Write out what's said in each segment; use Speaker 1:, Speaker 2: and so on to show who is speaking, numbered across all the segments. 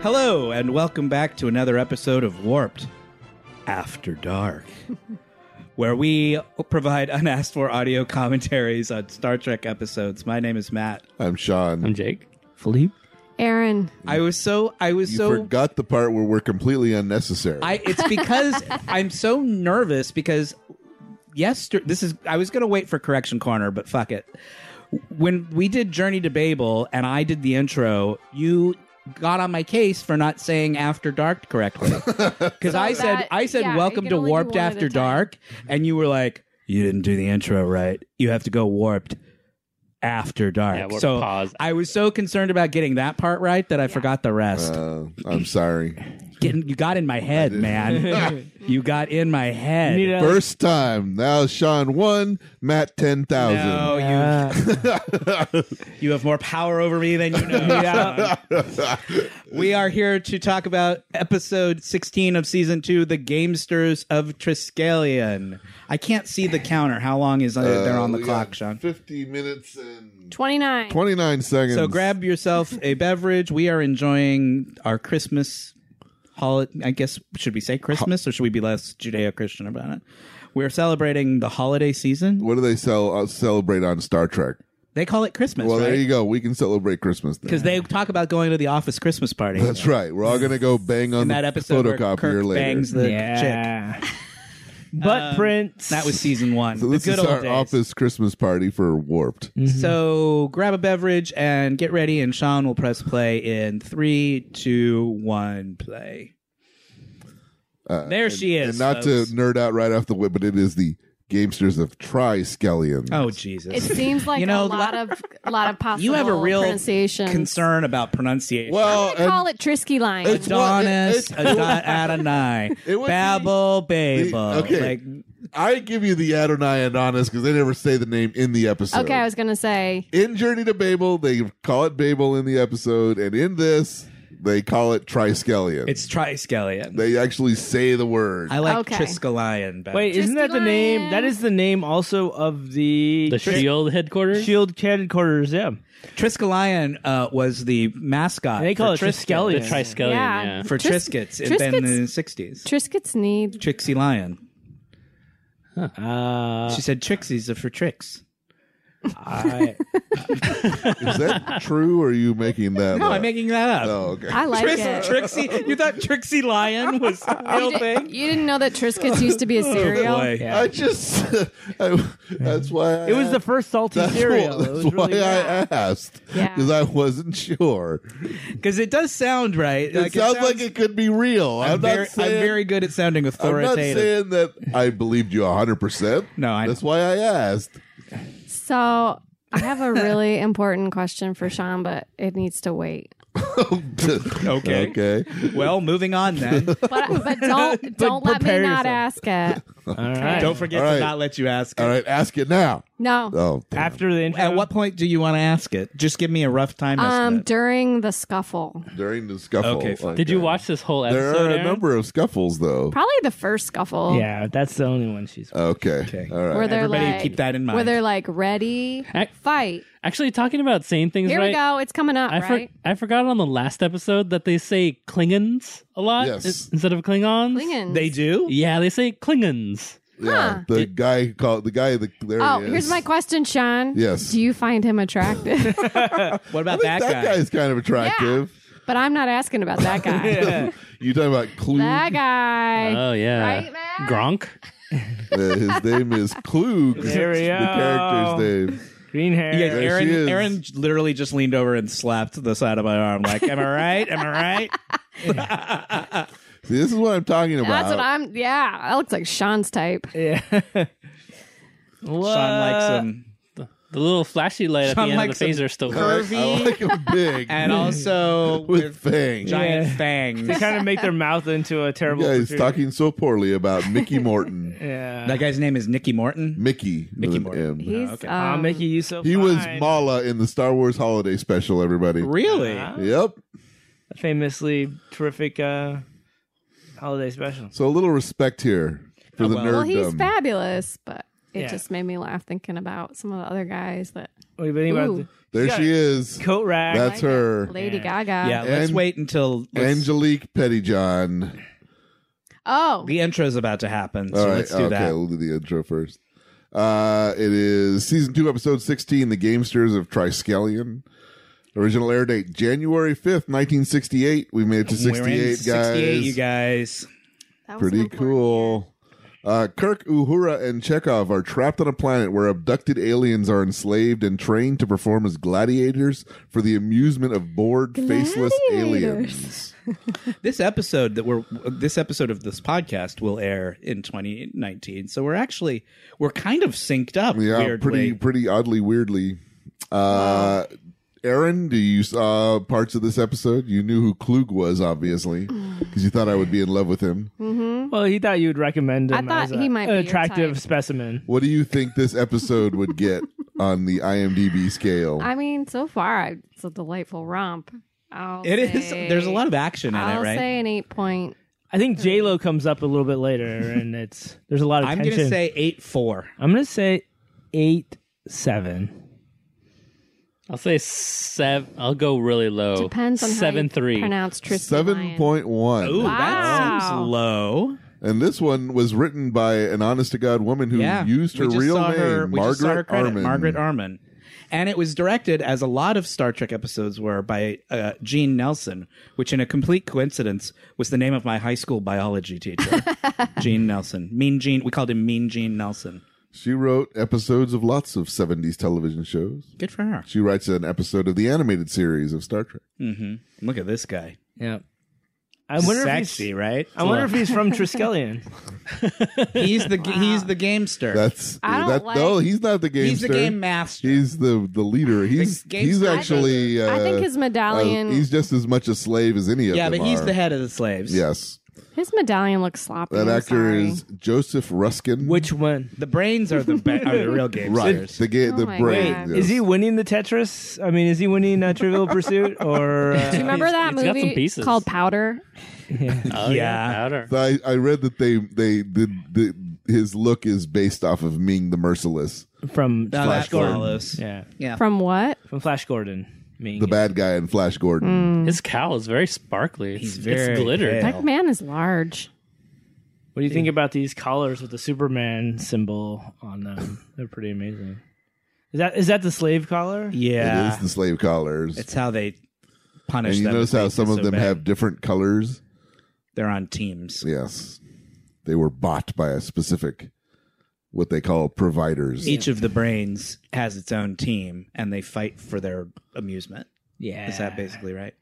Speaker 1: Hello, and welcome back to another episode of Warped After Dark, where we provide unasked for audio commentaries on Star Trek episodes. My name is Matt.
Speaker 2: I'm Sean.
Speaker 3: I'm Jake. Philippe.
Speaker 4: Aaron,
Speaker 1: I was so, I was
Speaker 2: you
Speaker 1: so.
Speaker 2: forgot the part where we're completely unnecessary.
Speaker 1: I, it's because I'm so nervous because yester this is I was gonna wait for correction corner, but fuck it. When we did Journey to Babel and I did the intro, you got on my case for not saying after dark correctly because I
Speaker 4: So
Speaker 1: said
Speaker 4: that-
Speaker 1: I said
Speaker 4: yeah, you
Speaker 1: welcome
Speaker 4: can
Speaker 1: to
Speaker 4: only do
Speaker 1: warped
Speaker 4: one at
Speaker 1: after
Speaker 4: a time.
Speaker 1: dark, and you were like, you didn't do the intro right. You have to go warped after dark.
Speaker 3: Yeah, warped
Speaker 1: so
Speaker 3: pause.
Speaker 1: I was so concerned about getting that part right that I forgot the rest
Speaker 2: uh, I'm sorry.
Speaker 1: getting you got in my head, man. you got in my head.
Speaker 3: Need a-
Speaker 2: First time. Now Sean one, Matt ten thousand.
Speaker 1: no,
Speaker 3: Uh,
Speaker 1: you you have more power over me than you know. son. we are here to talk about episode 16 of season 2, The Gamesters of Triskelion. I can't see the counter. How long is uh, there on the clock, Sean?
Speaker 2: Fifty minutes and
Speaker 4: 29.
Speaker 2: twenty nine seconds.
Speaker 1: So grab yourself a beverage. We are enjoying our Christmas holiday. I guess should we say Christmas or should we be less Judeo-Christian about it? We're celebrating the holiday season.
Speaker 2: What do they sell? Uh, celebrate on Star Trek.
Speaker 1: They call it Christmas,
Speaker 2: Well,
Speaker 1: right?
Speaker 2: there you go. We can celebrate Christmas. Then.
Speaker 1: Because they talk about going to the office Christmas party.
Speaker 2: That's right. We're all gonna go bang on
Speaker 1: In
Speaker 2: the
Speaker 1: that episode where
Speaker 2: photocopier
Speaker 1: Kirk
Speaker 2: later.
Speaker 1: bangs the chick. Um,
Speaker 3: yeah. Butt prints.
Speaker 1: That was season one.
Speaker 2: so
Speaker 1: the
Speaker 2: this
Speaker 1: good
Speaker 2: is
Speaker 1: old
Speaker 2: our
Speaker 1: days.
Speaker 2: office Christmas party for Warped.
Speaker 1: So grab a beverage and get ready, and Sean will press play in three, two, one, play. there she is.
Speaker 2: Uh, and not
Speaker 1: folks.
Speaker 2: to nerd out right off the whip, but it is the Gamesters of Triskelion.
Speaker 1: Oh Jesus!
Speaker 4: It seems like
Speaker 1: You know,
Speaker 4: a lot of a lot of possible
Speaker 1: you have a real
Speaker 4: pronunciation.
Speaker 1: concern Oh, about pronunciation.
Speaker 2: Well,
Speaker 4: I
Speaker 2: and-
Speaker 4: call it Trisky line.
Speaker 2: It's- well, it-
Speaker 1: Adonis,
Speaker 2: it-
Speaker 1: Adon- Adonai,
Speaker 2: It would be-
Speaker 1: Babel, Babel.
Speaker 2: okay.
Speaker 1: Like,
Speaker 2: I give you the Adonai and Adonis because they never say the name in the episode.
Speaker 4: okay, I was gonna say
Speaker 2: in Journey to Babel, they call it Babel in the episode, and in this, they call it Triskelion.
Speaker 1: it's Triskelion.
Speaker 2: they actually say the word.
Speaker 1: I like
Speaker 4: Okay.
Speaker 1: Triskelion better.
Speaker 5: Wait, isn't that the name?
Speaker 4: Lion.
Speaker 5: That is the name also of the,
Speaker 3: the Shield headquarters.
Speaker 5: Shield headquarters. Yeah,
Speaker 1: Triskelion uh, was the mascot.
Speaker 5: they call
Speaker 1: for
Speaker 5: it
Speaker 1: Triskel-
Speaker 3: The
Speaker 5: Triskelion.
Speaker 3: Triskelion.
Speaker 4: Yeah.
Speaker 3: Yeah.
Speaker 1: for
Speaker 4: Tris-
Speaker 1: Triscuits, in- in the 60s.
Speaker 4: Triscuits- Triscuits need.
Speaker 1: Trixie Lion.
Speaker 5: Uh,
Speaker 1: She said Trixies are for tricks.
Speaker 5: I,
Speaker 2: Is that true, or are you making that?
Speaker 1: No,
Speaker 2: up?
Speaker 1: I'm making that up.
Speaker 2: Oh, okay.
Speaker 4: I like
Speaker 1: Tris-
Speaker 4: it.
Speaker 1: Trixie, you thought Trixie Lion was a real
Speaker 4: you,
Speaker 1: thing? Oh,
Speaker 4: did, not know that Triscuits used to be a cereal.
Speaker 1: Boy.
Speaker 5: yeah.
Speaker 2: I just. I, that's why. I
Speaker 5: it was the first salty
Speaker 2: That's,
Speaker 5: cereal.
Speaker 2: why,
Speaker 5: it was
Speaker 2: that's why
Speaker 5: really
Speaker 2: I
Speaker 5: bad.
Speaker 2: asked
Speaker 4: Yeah.
Speaker 2: because I wasn't sure.
Speaker 1: Because it does sound right.
Speaker 2: It sounds like it could be real. I'm,
Speaker 1: I'm,
Speaker 2: not
Speaker 1: very,
Speaker 2: saying,
Speaker 1: I'm very good at sounding
Speaker 2: I'm not
Speaker 1: authoritative.
Speaker 2: saying that I believed you 100. percent
Speaker 1: No, I-
Speaker 2: That's why I asked.
Speaker 4: So I have a really important question for Sean, but it needs to wait.
Speaker 1: Okay.
Speaker 2: Okay.
Speaker 1: well, moving on then.
Speaker 4: But, but don't don't let me
Speaker 5: prepare
Speaker 4: not
Speaker 5: yourself.
Speaker 4: ask it.
Speaker 5: All right.
Speaker 1: Don't forget
Speaker 2: All
Speaker 1: to
Speaker 2: right.
Speaker 1: not let you ask it.
Speaker 2: All right. Ask it now.
Speaker 4: No.
Speaker 2: Oh, damn.
Speaker 5: After the intro,
Speaker 1: At what point do you want to ask it? Just give me a rough time
Speaker 4: Um,
Speaker 1: estimate.
Speaker 4: during the scuffle,
Speaker 2: during the scuffle.
Speaker 1: Okay, fine.
Speaker 3: Did you watch this whole episode?
Speaker 2: There are a
Speaker 3: Aaron?
Speaker 2: number of scuffles, though.
Speaker 4: probably the first scuffle.
Speaker 5: Yeah, that's the only one she's.
Speaker 1: Uh,
Speaker 2: Okay.
Speaker 1: Okay.
Speaker 2: All right.
Speaker 4: Where they're
Speaker 1: Everybody
Speaker 4: like,
Speaker 1: keep that in mind.
Speaker 4: Where they're like, ready,
Speaker 3: Ac-
Speaker 4: fight.
Speaker 3: Actually, talking about saying things
Speaker 4: Here
Speaker 3: right.
Speaker 4: we go. It's coming up,
Speaker 3: I, for-
Speaker 4: right?
Speaker 3: I forgot on the last episode that they say Klingons a lot
Speaker 2: Yes.
Speaker 3: in- instead of Klingons.
Speaker 4: Klingons.
Speaker 1: they do?
Speaker 3: Yeah, they say Klingons.
Speaker 2: yeah.
Speaker 4: Huh.
Speaker 2: The guy called the guy. The, there
Speaker 4: Oh,
Speaker 2: he is.
Speaker 4: here's my question, Sean.
Speaker 2: Yes.
Speaker 4: Do you find him attractive?
Speaker 1: What
Speaker 2: I
Speaker 1: about
Speaker 2: think that,
Speaker 1: that, guy?
Speaker 2: guy's kind of attractive.
Speaker 4: but I'm not asking about that guy.
Speaker 2: You talking about Clue?
Speaker 4: That guy.
Speaker 1: Uh,
Speaker 3: Oh yeah,
Speaker 4: Right, Matt?
Speaker 3: Gronk.
Speaker 2: Uh, his name is Klug.
Speaker 5: There we
Speaker 2: the
Speaker 5: go.
Speaker 2: character's name.
Speaker 5: Green hair.
Speaker 1: Yeah,
Speaker 2: There she
Speaker 1: Aaron.
Speaker 2: is.
Speaker 1: Aaron literally just leaned over and slapped the side of my arm. Like, am I right? Am I right?
Speaker 2: See, this is what I'm talking about.
Speaker 4: That's what I'm. Yeah, that looks like Sean's type.
Speaker 5: Yeah.
Speaker 1: Sean likes him,
Speaker 3: The little flashy light
Speaker 1: Sean
Speaker 3: at the end
Speaker 1: likes
Speaker 3: of the phaser still
Speaker 2: I like-
Speaker 3: curves.
Speaker 2: I like him big
Speaker 1: and also
Speaker 2: with
Speaker 1: with
Speaker 2: fangs. You
Speaker 1: giant
Speaker 5: Yeah.
Speaker 1: fangs.
Speaker 5: They kind of make their mouth into a terrible.
Speaker 2: guys
Speaker 5: protrusion.
Speaker 2: talking so poorly about Mickey Morton.
Speaker 5: Yeah.
Speaker 1: That guy's name is Nicky Morton.
Speaker 2: Mickey. with
Speaker 1: Mickey
Speaker 2: an
Speaker 1: Morton.
Speaker 2: M.
Speaker 4: He's.
Speaker 1: okay.
Speaker 5: I'll
Speaker 4: um,
Speaker 5: make you so.
Speaker 2: He was
Speaker 5: fine.
Speaker 2: Mala in the Star Wars Holiday Special. Everybody.
Speaker 1: Really?
Speaker 5: Uh,
Speaker 2: Yep.
Speaker 5: famously terrific uh, holiday special.
Speaker 2: So a little respect here for
Speaker 1: Oh,
Speaker 2: the
Speaker 1: well.
Speaker 2: nerddom.
Speaker 4: well, he's fabulous, but it
Speaker 5: Yeah.
Speaker 4: just made me laugh thinking about some of the other guys that
Speaker 5: What you think about
Speaker 4: Ooh.
Speaker 5: the
Speaker 2: There
Speaker 5: Yeah.
Speaker 2: she is.
Speaker 5: coat rack?
Speaker 2: That's her.
Speaker 4: Lady
Speaker 5: Yeah.
Speaker 4: Gaga.
Speaker 1: yeah, let's
Speaker 2: And-
Speaker 1: wait until let's-
Speaker 2: Angelique Pettyjohn.
Speaker 4: Oh,
Speaker 1: the intro's about to happen. So
Speaker 2: All right,
Speaker 1: let's do
Speaker 2: okay,
Speaker 1: that.
Speaker 2: we'll do the intro first. Uh, it is season two, episode sixteen, "The Gamesters of Triskelion." Original air date January fifth, nineteen sixty-eight. We made it to
Speaker 1: We're in
Speaker 2: sixty-eight,
Speaker 1: 68, you
Speaker 2: guys.
Speaker 1: guys.
Speaker 4: that was an
Speaker 2: Pretty
Speaker 4: important year.
Speaker 2: cool. Uh, Kirk, Uhura, and Chekhov are trapped on a planet where abducted aliens are enslaved and trained to perform as gladiators for the amusement of bored, faceless aliens.
Speaker 4: Gladiators.
Speaker 1: This episode that we're this episode of this podcast will air in 2019. So we're actually we're kind of synced up.
Speaker 2: Yeah,
Speaker 1: weirdly.
Speaker 2: pretty, pretty oddly, weirdly. Uh, Aaron, do you saw parts of this episode? You knew who Klug was, obviously, because you thought I would be in love with him.
Speaker 5: Well, he thought you'd recommend him.
Speaker 4: I thought
Speaker 5: as a-
Speaker 4: he might be
Speaker 5: an
Speaker 4: your
Speaker 5: attractive
Speaker 4: type.
Speaker 5: specimen.
Speaker 2: What do you think this episode would get on the IMDb scale?
Speaker 4: I mean, so far I- it's a delightful romp. I'll
Speaker 1: It is.
Speaker 4: say-
Speaker 1: There's a lot of action in
Speaker 4: I'll
Speaker 1: it, right?
Speaker 4: say an eight point.
Speaker 5: I think J Lo comes up a little bit later, and it's there's a lot of
Speaker 1: I'm
Speaker 5: tension.
Speaker 1: gonna say eight four.
Speaker 5: I'm gonna say eight seven.
Speaker 3: I'll say seven. I'll go really low.
Speaker 4: Depends on
Speaker 3: seven
Speaker 4: how you
Speaker 3: three.
Speaker 4: pronounce Tristan.
Speaker 2: Seven
Speaker 4: Lyon.
Speaker 2: point one.
Speaker 1: Ooh, that
Speaker 4: Wow.
Speaker 1: seems low.
Speaker 2: And this one was written by an honest to God woman who
Speaker 1: yeah,
Speaker 2: used her
Speaker 1: we just
Speaker 2: real
Speaker 1: saw
Speaker 2: name,
Speaker 1: her- we
Speaker 2: Margaret
Speaker 1: just saw her credit,
Speaker 2: Arman.
Speaker 1: Margaret Arman, and it was directed as a lot of Star Trek episodes were by uh, Gene Nelson, which, in a complete coincidence, was the name of my high school biology teacher, Gene Nelson. Mean Gene. We called him Mean Gene Nelson.
Speaker 2: She wrote episodes of lots of 70s television shows.
Speaker 1: Good for her.
Speaker 2: She writes an episode of the animated series of Star Trek.
Speaker 1: hmm Look at this guy.
Speaker 5: Yeah. I wonder
Speaker 1: Sexy,
Speaker 5: if he's,
Speaker 1: right?
Speaker 5: I wonder if he's from Triskelion.
Speaker 1: he's the he's the gamester.
Speaker 2: That's
Speaker 4: I don't
Speaker 2: that,
Speaker 4: like-
Speaker 2: no, he's not the game.
Speaker 1: he's the game master.
Speaker 2: He's the the leader. He's
Speaker 1: game
Speaker 2: he's
Speaker 1: master.
Speaker 2: actually. Uh,
Speaker 4: I think his medallion.
Speaker 2: uh, he's just as much a slave as any of
Speaker 1: yeah,
Speaker 2: them.
Speaker 1: but he's
Speaker 2: are.
Speaker 1: the head of the slaves.
Speaker 2: Yes,
Speaker 4: his medallion looks sloppy.
Speaker 2: that
Speaker 4: I'm
Speaker 2: actor
Speaker 4: sorry.
Speaker 2: is Joseph Ruskin.
Speaker 5: Which one?
Speaker 1: The brains are the ba- are the real gamesters.
Speaker 2: right? The ga-
Speaker 4: Oh
Speaker 2: the
Speaker 4: my
Speaker 2: brain.
Speaker 4: God.
Speaker 2: yes.
Speaker 5: Is he winning the Tetris? I mean, is he winning uh, Trivial Pursuit or?
Speaker 4: Do you
Speaker 5: Uh,
Speaker 4: remember that
Speaker 3: he's got some
Speaker 4: movie
Speaker 3: pieces.
Speaker 4: called Powder?
Speaker 3: Oh,
Speaker 1: Yeah.
Speaker 3: powder.
Speaker 2: So I, I read that they they did the, his look is based off of Ming the Merciless,
Speaker 5: from
Speaker 1: Now
Speaker 5: Flash
Speaker 1: that
Speaker 5: Gordon?
Speaker 1: follows.
Speaker 5: Yeah,
Speaker 4: From what?
Speaker 5: from Flash Gordon. Mean
Speaker 2: the bad guy in Flash Gordon.
Speaker 4: Hmm. Mm.
Speaker 3: His cowl is very sparkly.
Speaker 1: He's
Speaker 3: It's,
Speaker 1: very
Speaker 3: it's glittered.
Speaker 1: pale.
Speaker 4: That man is large.
Speaker 5: What do you think about these collars with the Superman symbol on them? They're pretty amazing. Is that is that the slave collar?
Speaker 1: Yeah,
Speaker 2: It is the slave collars,
Speaker 1: It's how they
Speaker 2: and
Speaker 1: punish
Speaker 2: you
Speaker 1: them.
Speaker 2: notice
Speaker 1: if
Speaker 2: how
Speaker 1: they
Speaker 2: some
Speaker 1: do
Speaker 2: of
Speaker 1: so
Speaker 2: them
Speaker 1: bad.
Speaker 2: have different colors.
Speaker 1: They're on teams.
Speaker 2: Yes, they were bought by a specific what they call providers.
Speaker 1: Each of the brains has its own team, and they fight for their amusement.
Speaker 5: Yeah.
Speaker 1: Is that basically right?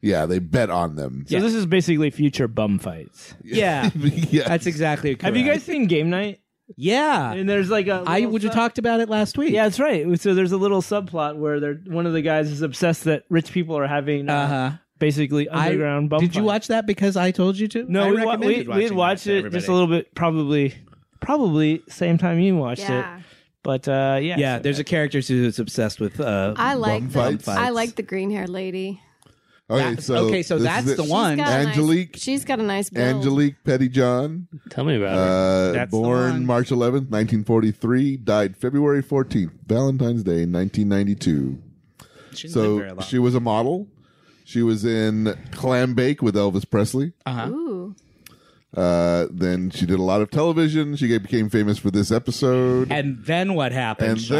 Speaker 2: Yeah, they bet on them.
Speaker 5: So this is basically future bum fights.
Speaker 1: Yeah,
Speaker 2: yeah.
Speaker 1: that's exactly. Correct.
Speaker 5: Have you guys seen Game Night?
Speaker 1: Yeah,
Speaker 5: And there's like a
Speaker 1: I
Speaker 5: little
Speaker 1: would
Speaker 5: sub-
Speaker 1: have talked about it last week.
Speaker 5: Yeah, that's right. So there's a little subplot where they're one of the guys is obsessed that rich people are having uh,
Speaker 1: Uh huh.
Speaker 5: basically
Speaker 1: I
Speaker 5: underground bum.
Speaker 1: did you
Speaker 5: fights.
Speaker 1: watch that because I told you to?
Speaker 5: No,
Speaker 1: I
Speaker 5: we wa-
Speaker 1: recommended
Speaker 5: we
Speaker 1: watching
Speaker 5: we had
Speaker 1: that
Speaker 5: watched
Speaker 1: to
Speaker 5: it just a
Speaker 1: everybody.
Speaker 5: little bit, probably probably same time you watched
Speaker 4: Yeah.
Speaker 5: it. But uh, yeah,
Speaker 1: Yeah,
Speaker 5: so-
Speaker 1: there's a character who's obsessed with. Uh,
Speaker 4: I like
Speaker 2: Bum
Speaker 4: the,
Speaker 2: fights.
Speaker 4: I like the green haired lady.
Speaker 2: Okay,
Speaker 1: that-
Speaker 2: so
Speaker 1: okay, so
Speaker 2: this
Speaker 1: that's
Speaker 2: is it.
Speaker 1: the one.
Speaker 4: She's got a nice-
Speaker 2: Angelique-
Speaker 4: she's got a nice build.
Speaker 2: Angelique Pettyjohn,
Speaker 3: Tell me about it.
Speaker 2: uh,
Speaker 1: That's the
Speaker 2: born
Speaker 1: one.
Speaker 2: March 11th, 1943, died February 14th, Valentine's Day, 1992.
Speaker 1: she didn't live very
Speaker 2: So
Speaker 1: long.
Speaker 2: she was a model. She was in Clam Bake with Elvis Presley.
Speaker 4: Ooh.
Speaker 2: Uh, then she did a lot of television. She became famous for this episode.
Speaker 1: and then what happened?
Speaker 2: and
Speaker 1: Sean?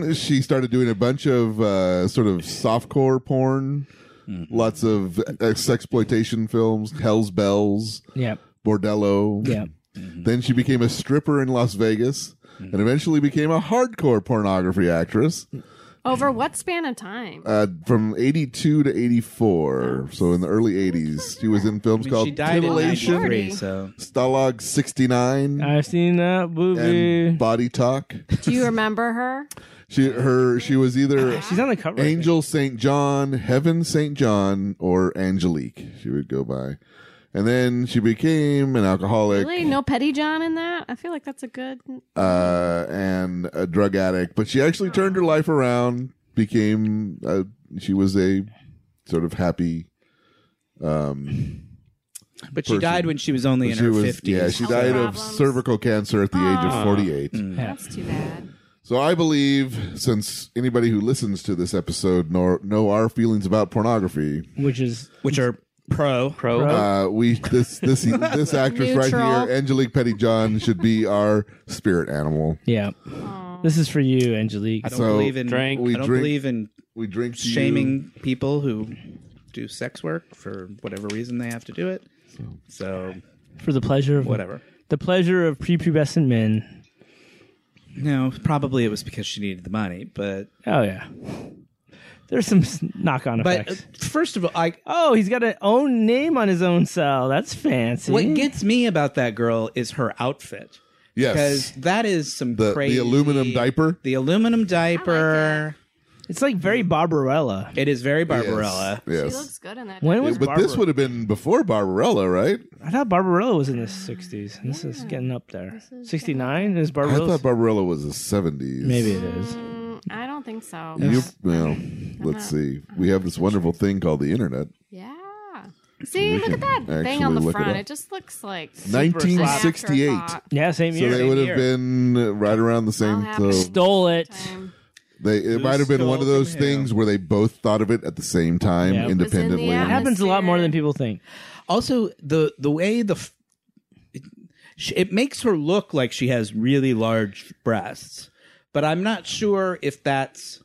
Speaker 2: then she started doing a bunch of uh, sort of softcore porn, lots of exploitation films, Hell's Bells,
Speaker 5: yeah,
Speaker 2: Bordello.
Speaker 5: yeah.
Speaker 2: Then she became a stripper in Las Vegas and eventually became a hardcore pornography actress
Speaker 4: Over what span of time?
Speaker 2: uh, from 82 to 84. So in the early 80s, she was in
Speaker 1: I
Speaker 2: films
Speaker 1: mean,
Speaker 2: called
Speaker 1: she died in
Speaker 2: Titillation,
Speaker 4: Lord.
Speaker 1: 93, so
Speaker 2: Stalag 69,
Speaker 5: I've seen that movie.
Speaker 2: and Body Talk.
Speaker 4: Do you remember her?
Speaker 2: She, her, she was
Speaker 1: Ah,
Speaker 2: either
Speaker 5: She's on the cover. I think.
Speaker 2: Angel St. John, Heaven St. John, or Angelique, she would go by. And then she became an alcoholic.
Speaker 4: Really? No Petty John in that? I feel like that's a good.
Speaker 2: uh, and a drug addict, but she actually turned her life around. Became uh, she was a sort of happy, um,
Speaker 1: But she
Speaker 2: person.
Speaker 1: died when she was only in
Speaker 2: she
Speaker 1: her 50s.
Speaker 2: was, yeah, she
Speaker 4: Health
Speaker 2: died of
Speaker 4: problems.
Speaker 2: cervical cancer at the age of
Speaker 4: Ah.
Speaker 2: 48.
Speaker 1: Mm.
Speaker 4: That's too bad.
Speaker 2: So I believe, since anybody who listens to this episode know, know our feelings about pornography,
Speaker 5: which is
Speaker 1: which are pro.
Speaker 6: Pro.
Speaker 2: uh, we this this this actress right
Speaker 4: Neutral.
Speaker 2: here, Angelique Pettyjohn, should be our spirit animal.
Speaker 5: yeah. This is for you, Angelique.
Speaker 1: I don't
Speaker 2: So,
Speaker 1: believe in
Speaker 6: drink.
Speaker 1: I
Speaker 2: We
Speaker 1: don't
Speaker 2: drink-
Speaker 1: believe in
Speaker 2: We drink to you.
Speaker 1: shaming people who do sex work for whatever reason they have to do it. So
Speaker 5: For the pleasure of
Speaker 1: whatever.
Speaker 5: The pleasure of prepubescent men.
Speaker 1: No, probably it was because she needed the money, but
Speaker 5: Oh yeah. There's some s- knock-on
Speaker 1: but uh,
Speaker 5: effects.
Speaker 1: first of all, I
Speaker 5: oh, he's got an own name on his own cell. That's fancy.
Speaker 2: Hmm?
Speaker 1: what gets me about that girl is her outfit. Because
Speaker 2: Yes,
Speaker 1: that is some
Speaker 2: the
Speaker 1: crazy
Speaker 2: the aluminum diaper.
Speaker 1: The aluminum diaper.
Speaker 5: It's like very Barbarella.
Speaker 1: it is very Barbarella.
Speaker 4: She
Speaker 2: Yes. yes.
Speaker 4: looks good in that.
Speaker 5: When
Speaker 4: dress.
Speaker 5: was
Speaker 2: but this
Speaker 5: Barbara-
Speaker 2: would have been before Barbarella, right?
Speaker 5: I thought Barbarella was in the 60s. And this is uh, getting up there. 69 is
Speaker 2: I
Speaker 5: Barbarella.
Speaker 2: thought Barbarella was the 70s.
Speaker 5: Maybe it is.
Speaker 4: Mm, I don't think so.
Speaker 2: You, well, let's
Speaker 4: Uh-huh.
Speaker 2: see. We have this wonderful thing called the internet.
Speaker 4: Yeah. See,
Speaker 2: We
Speaker 4: look
Speaker 2: can
Speaker 4: at that thing
Speaker 2: actually
Speaker 4: on the
Speaker 2: look it
Speaker 4: front.
Speaker 2: up.
Speaker 4: It, just looks like an
Speaker 2: 1968.
Speaker 4: afterthought.
Speaker 5: Yeah, same
Speaker 2: So
Speaker 5: year.
Speaker 2: they would have been right around the
Speaker 4: All
Speaker 2: same.
Speaker 4: happened
Speaker 2: So
Speaker 5: Stole it.
Speaker 4: Time.
Speaker 2: they it might have been one of
Speaker 1: stole
Speaker 2: those
Speaker 1: from him?
Speaker 2: things where they both thought of it at the same time
Speaker 5: Yeah. It was in
Speaker 4: the
Speaker 2: independently.
Speaker 5: It happens a lot more than people think.
Speaker 1: Also, the the way the f- it, it makes her look like she has really large breasts, but I'm not sure if that's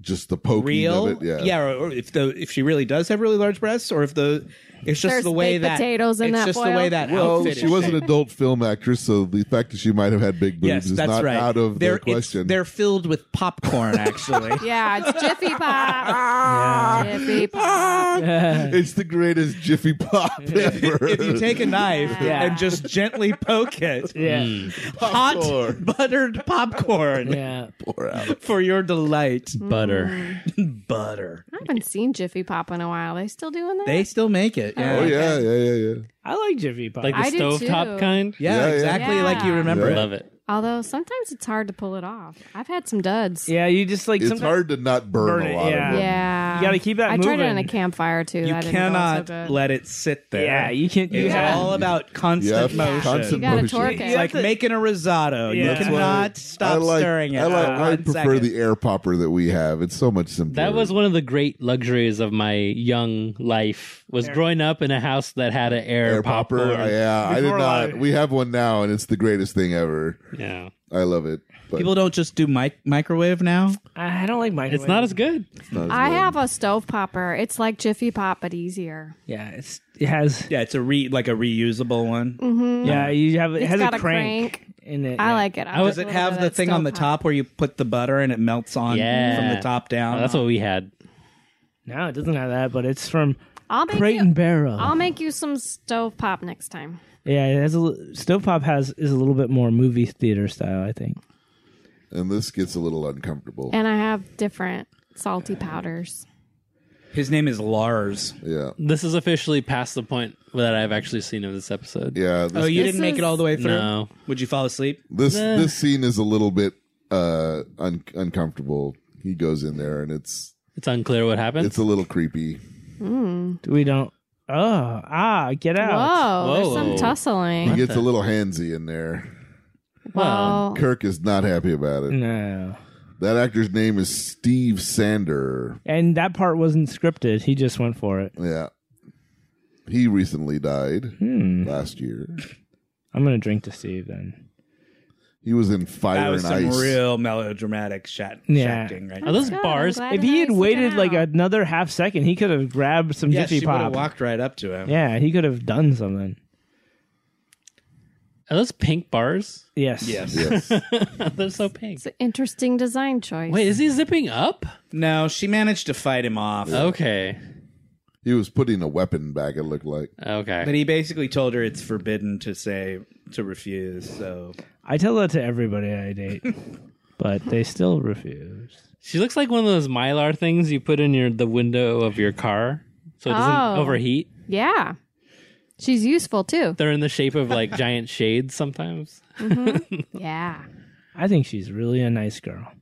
Speaker 2: Just the poking
Speaker 1: real.
Speaker 2: of it. Yeah.
Speaker 1: or, or if the if she really does have really large breasts, or if the it's just
Speaker 4: There's
Speaker 1: the way
Speaker 4: baked
Speaker 1: that
Speaker 4: potatoes in
Speaker 1: it's
Speaker 4: that
Speaker 1: just the
Speaker 4: foil.
Speaker 1: way that
Speaker 2: Well,
Speaker 1: outfit.
Speaker 2: she
Speaker 1: is
Speaker 2: was an
Speaker 1: shaped.
Speaker 2: adult film actress, so the fact that she might have had big boobs
Speaker 1: Yes,
Speaker 2: is
Speaker 1: that's
Speaker 2: not
Speaker 1: right.
Speaker 2: out of
Speaker 1: they're,
Speaker 2: the
Speaker 1: it's-
Speaker 2: question.
Speaker 1: They're filled with popcorn, actually.
Speaker 4: Yeah, it's Jiffy Pop.
Speaker 5: Ah.
Speaker 4: Jiffy Pop.
Speaker 2: It's the greatest Jiffy Pop ever.
Speaker 1: if you take a knife
Speaker 5: Yeah.
Speaker 1: and just gently poke it,
Speaker 5: Yeah.
Speaker 1: hot
Speaker 2: Popcorn.
Speaker 1: buttered popcorn
Speaker 5: Yeah.
Speaker 2: Pour out.
Speaker 1: for your delight.
Speaker 4: Mm.
Speaker 6: Butter.
Speaker 1: Butter.
Speaker 4: I haven't seen Jiffy Pop in a while. They still doing that?
Speaker 1: They still make it. Yeah.
Speaker 2: Oh yeah, yeah, yeah, yeah.
Speaker 5: I like Jiffy Pop.
Speaker 6: Like
Speaker 4: I
Speaker 6: the
Speaker 4: do
Speaker 6: stovetop
Speaker 4: too.
Speaker 6: kind.
Speaker 1: Yeah,
Speaker 2: Yeah, yeah.
Speaker 1: exactly like you
Speaker 4: Yeah.
Speaker 1: remember it.
Speaker 6: Love it.
Speaker 4: Although sometimes it's hard to pull it off. I've had some duds.
Speaker 5: yeah, you just like
Speaker 2: It's
Speaker 5: sometimes-
Speaker 2: hard to not burn, a
Speaker 5: Burn it,
Speaker 2: lot
Speaker 5: yeah.
Speaker 2: of them.
Speaker 4: Yeah.
Speaker 5: You gotta keep that
Speaker 4: I tried it
Speaker 5: moving.
Speaker 4: on a campfire too.
Speaker 1: You
Speaker 4: that didn't
Speaker 1: cannot
Speaker 4: go so good.
Speaker 1: let it sit there.
Speaker 5: Yeah, you can't. You
Speaker 1: it's
Speaker 5: have,
Speaker 1: all about constant
Speaker 2: Yeah,
Speaker 1: motion.
Speaker 2: constant
Speaker 4: You gotta
Speaker 2: motion.
Speaker 4: torque
Speaker 1: It's
Speaker 4: it.
Speaker 1: like
Speaker 5: You have to-
Speaker 1: making a risotto.
Speaker 5: Yeah.
Speaker 1: You
Speaker 5: That's why
Speaker 1: cannot
Speaker 2: I
Speaker 1: stop
Speaker 2: like,
Speaker 1: stirring it.
Speaker 2: I, like,
Speaker 1: for
Speaker 2: I
Speaker 1: one
Speaker 2: prefer
Speaker 1: second.
Speaker 2: the air popper that we have. It's so much simpler.
Speaker 6: That was one of the great luxuries of my young life was growing up in a house that had an air,
Speaker 2: air popper.
Speaker 6: popcorn.
Speaker 2: Yeah, I did
Speaker 5: Before
Speaker 2: not.
Speaker 5: I-
Speaker 2: We have one now, and it's the greatest thing ever.
Speaker 6: Yeah.
Speaker 2: I love it. But
Speaker 1: People don't just do mic- microwave now.
Speaker 5: I don't like microwave.
Speaker 6: It's not as good.
Speaker 2: it's not as
Speaker 4: I
Speaker 2: good.
Speaker 4: have a stove popper. It's like Jiffy Pop, but easier.
Speaker 5: Yeah, it's it has.
Speaker 1: Yeah, it's a re like a reusable one.
Speaker 4: Mm-hmm.
Speaker 5: Yeah, you have it
Speaker 4: Mm. It's
Speaker 5: has
Speaker 4: got
Speaker 5: a
Speaker 4: a
Speaker 5: crank,
Speaker 4: crank.
Speaker 5: in it.
Speaker 4: I
Speaker 5: yeah.
Speaker 4: like it. I
Speaker 1: Does it
Speaker 4: love
Speaker 1: have the
Speaker 4: that
Speaker 1: thing on the
Speaker 4: stovetop.
Speaker 1: top where you put the butter and it melts on
Speaker 6: Yeah.
Speaker 1: from the top down?
Speaker 6: Oh, that's what we had.
Speaker 5: No, it doesn't have that, but it's from
Speaker 4: I'll make
Speaker 5: Crate
Speaker 4: you- Um,
Speaker 5: and Barrel.
Speaker 4: I'll make you some stove pop next time.
Speaker 5: yeah, it has a li- stove pop has is a little bit more movie theater style. I think.
Speaker 2: and this gets a little uncomfortable.
Speaker 4: And I have different salty powders.
Speaker 1: His name is Lars.
Speaker 2: yeah,
Speaker 6: This is officially past the point that I've actually seen of this episode.
Speaker 2: yeah. This,
Speaker 1: Oh, you
Speaker 4: This
Speaker 1: didn't make
Speaker 4: is-
Speaker 1: it all the way through.
Speaker 6: No.
Speaker 1: Would you fall asleep?
Speaker 2: this this scene is a little bit uh un- uncomfortable. He goes in there, and it's
Speaker 6: It's unclear what happened.
Speaker 2: it's a little creepy.
Speaker 5: We don't. Oh, ah, get
Speaker 4: Whoa,
Speaker 5: out.
Speaker 4: there's
Speaker 6: Whoa.
Speaker 4: some
Speaker 2: He
Speaker 4: tussling.
Speaker 2: gets a little handsy in there.
Speaker 4: Well,
Speaker 2: Kirk is not happy about
Speaker 5: Mm.
Speaker 2: it.
Speaker 5: No.
Speaker 2: That actor's name is Steve Sander.
Speaker 5: And that part wasn't scripted. He just went for it.
Speaker 2: Yeah. He recently died
Speaker 5: Hmm.
Speaker 2: last year.
Speaker 5: I'm gonna drink to Steve then.
Speaker 2: He was in
Speaker 1: That
Speaker 2: Fire
Speaker 1: was
Speaker 2: and
Speaker 1: some
Speaker 2: Ice.
Speaker 1: real melodramatic shat-
Speaker 5: Yeah.
Speaker 1: shacking right
Speaker 6: Are those
Speaker 4: good, Oh I'm
Speaker 6: bars?
Speaker 4: glad
Speaker 5: If he had
Speaker 4: everybody's
Speaker 5: waited
Speaker 4: looking
Speaker 5: like
Speaker 4: out.
Speaker 5: another half second, he could have grabbed some
Speaker 1: Yeah,
Speaker 5: Jiffy
Speaker 1: she would have
Speaker 5: Pop.
Speaker 1: walked right up to him.
Speaker 5: Yeah, he could have done something.
Speaker 6: Are those pink bars?
Speaker 5: Yes.
Speaker 1: Yes.
Speaker 2: Yes.
Speaker 6: They're so pink.
Speaker 4: it's an interesting design choice.
Speaker 6: Wait, is he zipping up?
Speaker 1: No, she managed to fight him off.
Speaker 6: Okay.
Speaker 2: he was putting a weapon back, it looked like.
Speaker 6: Okay.
Speaker 1: But he basically told her it's forbidden to say to refuse. So
Speaker 5: I tell that to everybody I date, but they still refuse.
Speaker 6: She looks like one of those mylar things you put in your the window of your car so it doesn't
Speaker 4: Oh.
Speaker 6: overheat.
Speaker 4: Yeah. She's useful too.
Speaker 6: They're in the shape of like giant shades sometimes.
Speaker 4: Yeah.
Speaker 5: I think she's really a nice girl.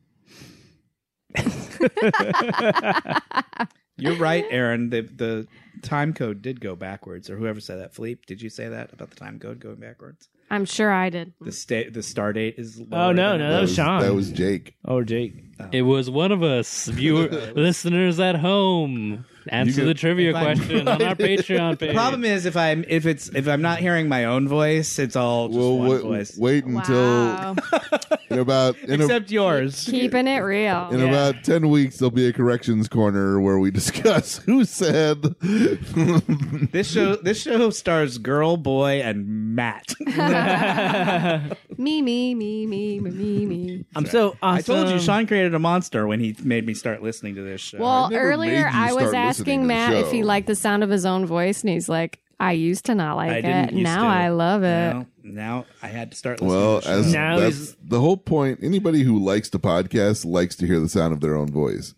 Speaker 1: You're right, Aaron. The the time code did go backwards, or whoever said that. Philippe, did you say that about the time code going backwards?
Speaker 4: I'm sure I did.
Speaker 1: The sta- the star date is.
Speaker 5: Oh,
Speaker 1: lower
Speaker 5: no,
Speaker 1: than it
Speaker 5: no,
Speaker 1: was.
Speaker 5: that was Sean.
Speaker 2: That was Jake.
Speaker 5: Oh, Jake.
Speaker 6: It was one of us, viewer listeners at home. Answer
Speaker 2: You
Speaker 6: the
Speaker 2: could-
Speaker 6: trivia
Speaker 1: if I'm
Speaker 6: question on our Patreon
Speaker 1: The
Speaker 6: page.
Speaker 1: problem is if I'm if it's if I'm not hearing my own voice, it's all just
Speaker 2: We'll
Speaker 1: one
Speaker 2: wait,
Speaker 1: voice,
Speaker 2: wait until
Speaker 4: wow.
Speaker 2: in about in, a-
Speaker 1: except yours.
Speaker 4: Keeping it real.
Speaker 2: in about ten weeks. There'll be a corrections corner where we discuss who said.
Speaker 1: This show this show stars girl, boy, and Matt.
Speaker 4: Me, me, me, me, me, me, me.
Speaker 5: I'm so awesome.
Speaker 1: I told you Sean created a monster when he made me start listening to this show.
Speaker 4: Well,
Speaker 2: never made
Speaker 4: earlier
Speaker 2: you
Speaker 4: I was
Speaker 2: start listening to
Speaker 4: asking
Speaker 2: the
Speaker 4: Matt if
Speaker 2: show.
Speaker 4: he liked the sound of his own voice, and he's like, I used to not
Speaker 1: I
Speaker 4: like
Speaker 1: didn't
Speaker 4: it.
Speaker 1: used
Speaker 4: Now
Speaker 1: to.
Speaker 4: I love it.
Speaker 1: Now, now I had to start listening.
Speaker 2: well,
Speaker 1: to the show.
Speaker 2: as
Speaker 5: Now
Speaker 2: that's
Speaker 5: he's-
Speaker 2: the whole point. Anybody who likes the podcast likes to hear the sound of their own voice.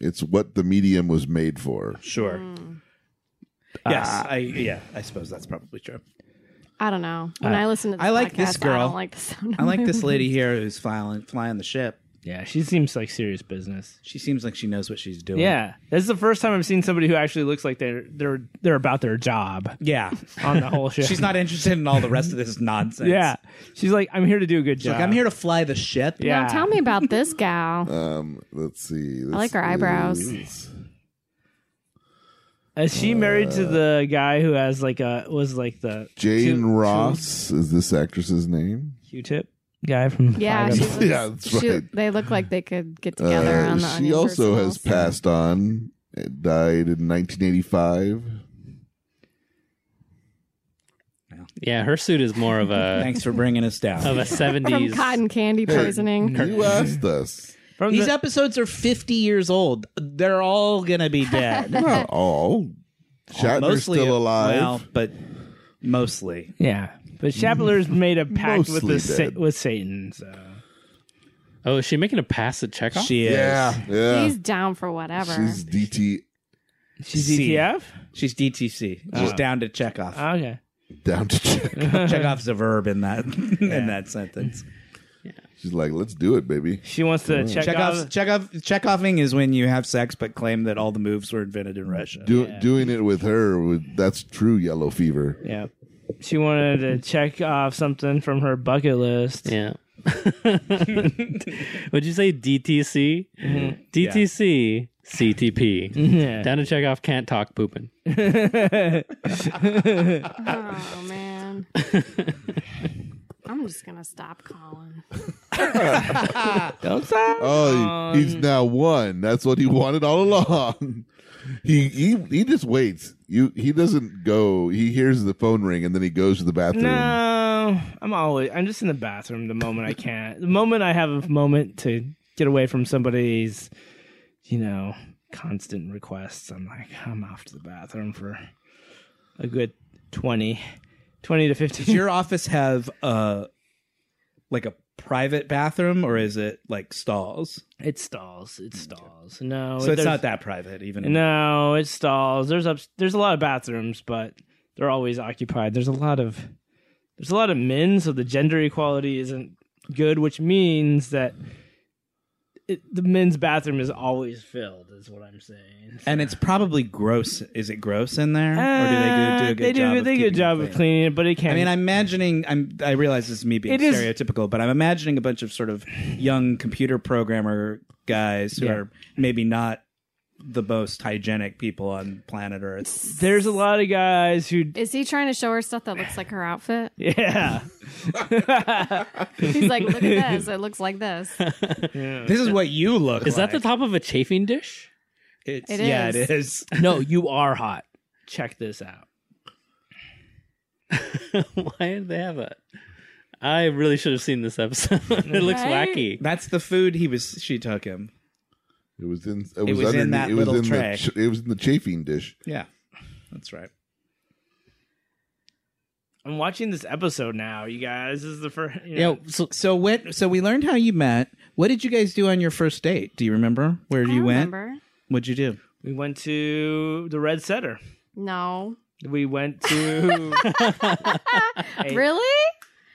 Speaker 2: It's what the medium was made for.
Speaker 1: sure. Yes, I yeah, I suppose that's probably true.
Speaker 4: I don't know. When
Speaker 2: Uh,
Speaker 4: I, listen to this
Speaker 1: I like this
Speaker 4: podcast, I
Speaker 1: girl.
Speaker 4: don't like the sound of
Speaker 1: I like
Speaker 4: my
Speaker 1: this
Speaker 4: voice.
Speaker 1: lady here who's flying flying the ship.
Speaker 5: Yeah, she seems like serious business.
Speaker 1: She seems like she knows what she's doing.
Speaker 5: Yeah, this is the first time I've seen somebody who actually looks like they're they're they're about their job
Speaker 1: yeah.
Speaker 5: on the whole show.
Speaker 1: She's not interested in all the rest of this nonsense.
Speaker 5: Yeah, she's like, I'm here to do a good
Speaker 1: She's
Speaker 5: job.
Speaker 1: like I'm here to fly the ship.
Speaker 5: Yeah.
Speaker 4: Now tell me about this gal.
Speaker 2: Um, let's see. This
Speaker 4: like her eyebrows.
Speaker 2: is-
Speaker 5: Is she married to
Speaker 1: Uh.
Speaker 5: the guy who has like a was like the
Speaker 2: Jane
Speaker 5: Q-
Speaker 2: Ross is this actress's name.
Speaker 5: Q-tip guy from
Speaker 4: yeah,
Speaker 5: Five
Speaker 4: she
Speaker 5: M?
Speaker 4: looks,
Speaker 2: Yeah, that's
Speaker 4: she-
Speaker 2: right.
Speaker 4: They look like they could get together
Speaker 2: Uh,
Speaker 4: on the
Speaker 2: she
Speaker 4: Onion
Speaker 2: also has
Speaker 4: Personals.
Speaker 2: passed on. It died in 1985.
Speaker 6: yeah, her suit is more of a
Speaker 1: Thanks for bringing us
Speaker 6: of
Speaker 1: down.
Speaker 6: a
Speaker 4: from
Speaker 6: seventies.
Speaker 4: cotton candy poisoning.
Speaker 2: You asked us.
Speaker 5: from
Speaker 1: These
Speaker 5: the-
Speaker 1: episodes are 50 years old. They're all going to be dead.
Speaker 2: Not all. Shatner's
Speaker 1: mostly
Speaker 2: still alive.
Speaker 1: Well, but mostly.
Speaker 5: yeah, but Chapler's made a pact with
Speaker 2: Mostly
Speaker 5: the sa-
Speaker 2: dead.
Speaker 5: with Satan. So
Speaker 6: Oh, is she making a pass at Chekhov?
Speaker 1: She is.
Speaker 2: yeah, yeah.
Speaker 4: He's down for whatever.
Speaker 2: She's DT
Speaker 5: she's E
Speaker 1: See.
Speaker 5: ETF.
Speaker 1: She's DTC.
Speaker 2: Uh.
Speaker 1: She's down to Chekhov.
Speaker 5: Oh, okay,
Speaker 2: down to check.
Speaker 5: Uh.
Speaker 1: Chekhov's a verb in that in that sentence.
Speaker 2: She's like, let's do it, baby.
Speaker 5: she wants to check,
Speaker 1: Chekhov's,
Speaker 5: off.
Speaker 1: Chekhov Chekhoving is when you have sex but claim that all the moves were invented in Russia.
Speaker 2: Do, Doing it with her, would- that's true yellow fever.
Speaker 5: Yeah, she wanted to check off something from her bucket list.
Speaker 6: Yeah. Would you say DTC?
Speaker 5: Mm-hmm.
Speaker 6: DTC, CTP. Down to check off can't talk pooping.
Speaker 4: oh man. I'm just gonna stop calling.
Speaker 5: Don't stop.
Speaker 2: Oh, he- he's now one. That's what he wanted all along. He he he just waits. You he doesn't go. He hears the phone ring and then he goes to the bathroom.
Speaker 5: No, I'm always. I'm just in the bathroom the moment I can. The moment I have a moment to get away from somebody's, you know, constant requests, I'm like, I'm off to the bathroom for a good 20, 20 to
Speaker 1: Does
Speaker 5: 15.
Speaker 1: your office have uh like a private bathroom or is it like stalls?
Speaker 5: It stalls. It stalls.
Speaker 1: So
Speaker 5: No,
Speaker 1: it's
Speaker 5: Oh, there's-
Speaker 1: not that private even.
Speaker 5: No, it stalls. There's up. There's a lot of bathrooms, but they're always occupied. There's a lot of there's a lot of men, so the gender equality isn't good, which means that it, the men's bathroom is always filled. Is what I'm saying.
Speaker 1: And it's probably gross. Is it gross in there? or do they do, do a
Speaker 5: Uh,
Speaker 1: good
Speaker 5: they
Speaker 1: job?
Speaker 5: do
Speaker 1: of
Speaker 5: they do a
Speaker 1: keeping
Speaker 5: good
Speaker 1: it
Speaker 5: job
Speaker 1: clean?
Speaker 5: of cleaning it, but it can.
Speaker 1: I mean, I'm imagining. I'm. I realize this is me being
Speaker 5: It is-
Speaker 1: stereotypical, but I'm imagining a bunch of sort of young computer programmer guys who
Speaker 5: Yeah.
Speaker 1: are maybe not the most hygienic people on planet Earth.
Speaker 5: there's a lot of guys who.
Speaker 4: Is he trying to show her stuff that looks like her outfit?
Speaker 5: Yeah,
Speaker 4: He's like, look at this. It looks like this.
Speaker 1: This is what you look.
Speaker 6: Is that the
Speaker 1: like.
Speaker 6: top of a chafing dish?
Speaker 1: It's,
Speaker 4: It
Speaker 1: yeah,
Speaker 4: is.
Speaker 1: it is.
Speaker 5: no, you are hot. Check this out.
Speaker 6: Why did they have that? I really should have seen this episode. it looks
Speaker 4: Right?
Speaker 6: wacky.
Speaker 1: That's the food he was. She took him.
Speaker 2: It was in. It was,
Speaker 1: was in
Speaker 2: underneath-
Speaker 1: that
Speaker 2: it was
Speaker 1: little
Speaker 2: in
Speaker 1: tray.
Speaker 2: The, ch- it was in the chafing dish.
Speaker 1: Yeah, that's right.
Speaker 5: I'm watching this episode now, you guys. This is the first. You know,
Speaker 1: Yeah. So so when so we learned how you met. What did you guys do on your first date? Do you remember where
Speaker 4: I
Speaker 1: you went?
Speaker 4: remember.
Speaker 1: What'd you do?
Speaker 5: We went to the Red Setter.
Speaker 4: No.
Speaker 5: We went to
Speaker 4: Really?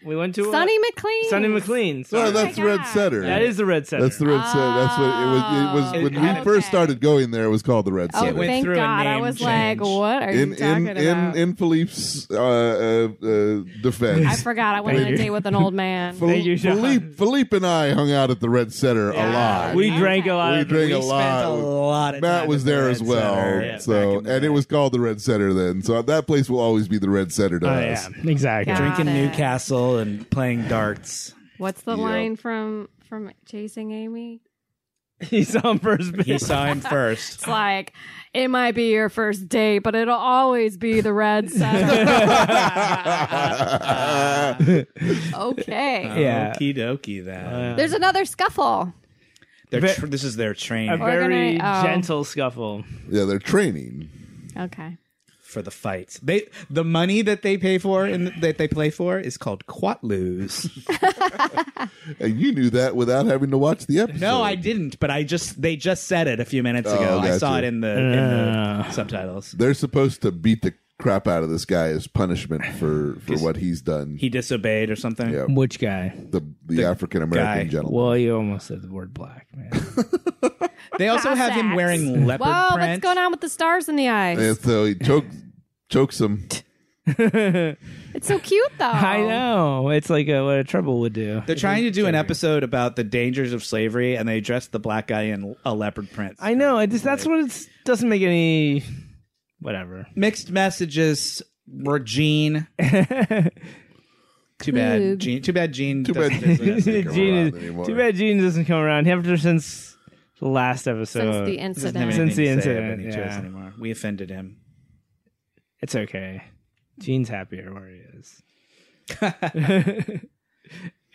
Speaker 5: We went to a-
Speaker 4: Sonny McLean.
Speaker 5: uh, Sonny McLean.
Speaker 2: No,
Speaker 5: sorry.
Speaker 2: Oh, that's
Speaker 4: my
Speaker 2: Red
Speaker 4: God.
Speaker 2: Setter.
Speaker 5: Oh that is the red center.
Speaker 2: That's the Red Setter. That's what it was. It was
Speaker 5: Oh,
Speaker 2: when we
Speaker 5: okay.
Speaker 2: first started going there. It was called the Red
Speaker 4: Oh,
Speaker 2: Setter.
Speaker 5: It went
Speaker 4: thank
Speaker 5: through a
Speaker 4: God! I
Speaker 5: name
Speaker 4: was
Speaker 5: change.
Speaker 4: like, "What are
Speaker 2: in
Speaker 4: you talking
Speaker 2: in in
Speaker 4: about?"
Speaker 2: in Philippe's uh, uh, uh, defense.
Speaker 4: I forgot. I went on a date with an old man.
Speaker 2: Phil-
Speaker 5: Thank you, Sean.
Speaker 2: Philippe, Philippe and I hung out at the Red Center a lot.
Speaker 5: We drank a lot.
Speaker 2: We
Speaker 5: of-
Speaker 2: drank
Speaker 1: we
Speaker 2: a
Speaker 1: spent
Speaker 2: lot.
Speaker 1: a lot of
Speaker 2: Matt
Speaker 1: time
Speaker 2: was
Speaker 1: at the
Speaker 2: there
Speaker 1: Red
Speaker 2: as well.
Speaker 1: Center, yeah, back
Speaker 2: so
Speaker 1: in the
Speaker 2: and it
Speaker 1: day.
Speaker 2: was called the Red Center then. So that place will always be the Red Center to
Speaker 5: Oh,
Speaker 2: us.
Speaker 5: yeah, exactly.
Speaker 4: Yeah.
Speaker 1: drinking
Speaker 4: Got it.
Speaker 1: Newcastle and playing darts.
Speaker 4: What's the
Speaker 2: Yep.
Speaker 4: line from from Chasing Amy?
Speaker 5: He's on first
Speaker 1: He
Speaker 5: base.
Speaker 1: saw him first.
Speaker 4: It's like it might be your first date, but it'll always be the red center. okay.
Speaker 5: Yeah.
Speaker 1: Okie dokie then.
Speaker 5: Uh,
Speaker 4: There's another scuffle.
Speaker 1: They're
Speaker 5: Ve-
Speaker 1: tr- this is their
Speaker 5: A
Speaker 1: training
Speaker 5: very
Speaker 4: Organi- oh.
Speaker 5: gentle scuffle.
Speaker 2: Yeah, they're training.
Speaker 4: Okay.
Speaker 1: for the fights. They the money that they pay for and that they play for is called quatloos.
Speaker 2: And you knew that without having to watch the episode.
Speaker 1: no, I didn't, but I just they just said it a few minutes
Speaker 2: Oh,
Speaker 1: ago. I
Speaker 2: gotcha.
Speaker 1: saw it in the, in the subtitles.
Speaker 2: They're supposed to beat the crap out of this guy as punishment for for what he's done.
Speaker 1: He disobeyed or something.
Speaker 2: Yeah.
Speaker 5: Which guy?
Speaker 2: the the, African
Speaker 1: guy.
Speaker 2: American gentleman.
Speaker 5: Well, you almost said the word black, man.
Speaker 1: They also have him
Speaker 4: Cossacks.
Speaker 1: wearing leopard
Speaker 4: Whoa,
Speaker 1: print.
Speaker 4: what's going on with the stars in the eyes?
Speaker 2: And so he chokes chokes him.
Speaker 4: It's so cute though.
Speaker 5: I know. It's like a, what a trouble would do.
Speaker 1: They're trying to do an episode about the dangers of slavery, and they dressed the black guy in a leopard print.
Speaker 5: I know. I just that's what it doesn't make any whatever.
Speaker 1: Mixed messages. were Gene. Too bad.
Speaker 4: Klug.
Speaker 1: Gene. Too bad. Gene.
Speaker 2: Too bad
Speaker 1: doesn't
Speaker 2: Gene
Speaker 1: exist.
Speaker 2: doesn't come
Speaker 5: Gene
Speaker 2: around
Speaker 5: is-
Speaker 2: anymore.
Speaker 5: too bad Gene doesn't come around. Ever since the last episode,
Speaker 4: Since the
Speaker 1: Doesn't have
Speaker 4: incident.
Speaker 1: anything
Speaker 5: Since the
Speaker 1: to say
Speaker 5: incident,
Speaker 1: about each of us
Speaker 5: yeah.
Speaker 1: anymore. We offended him.
Speaker 5: it's okay. Gene's happier where he is,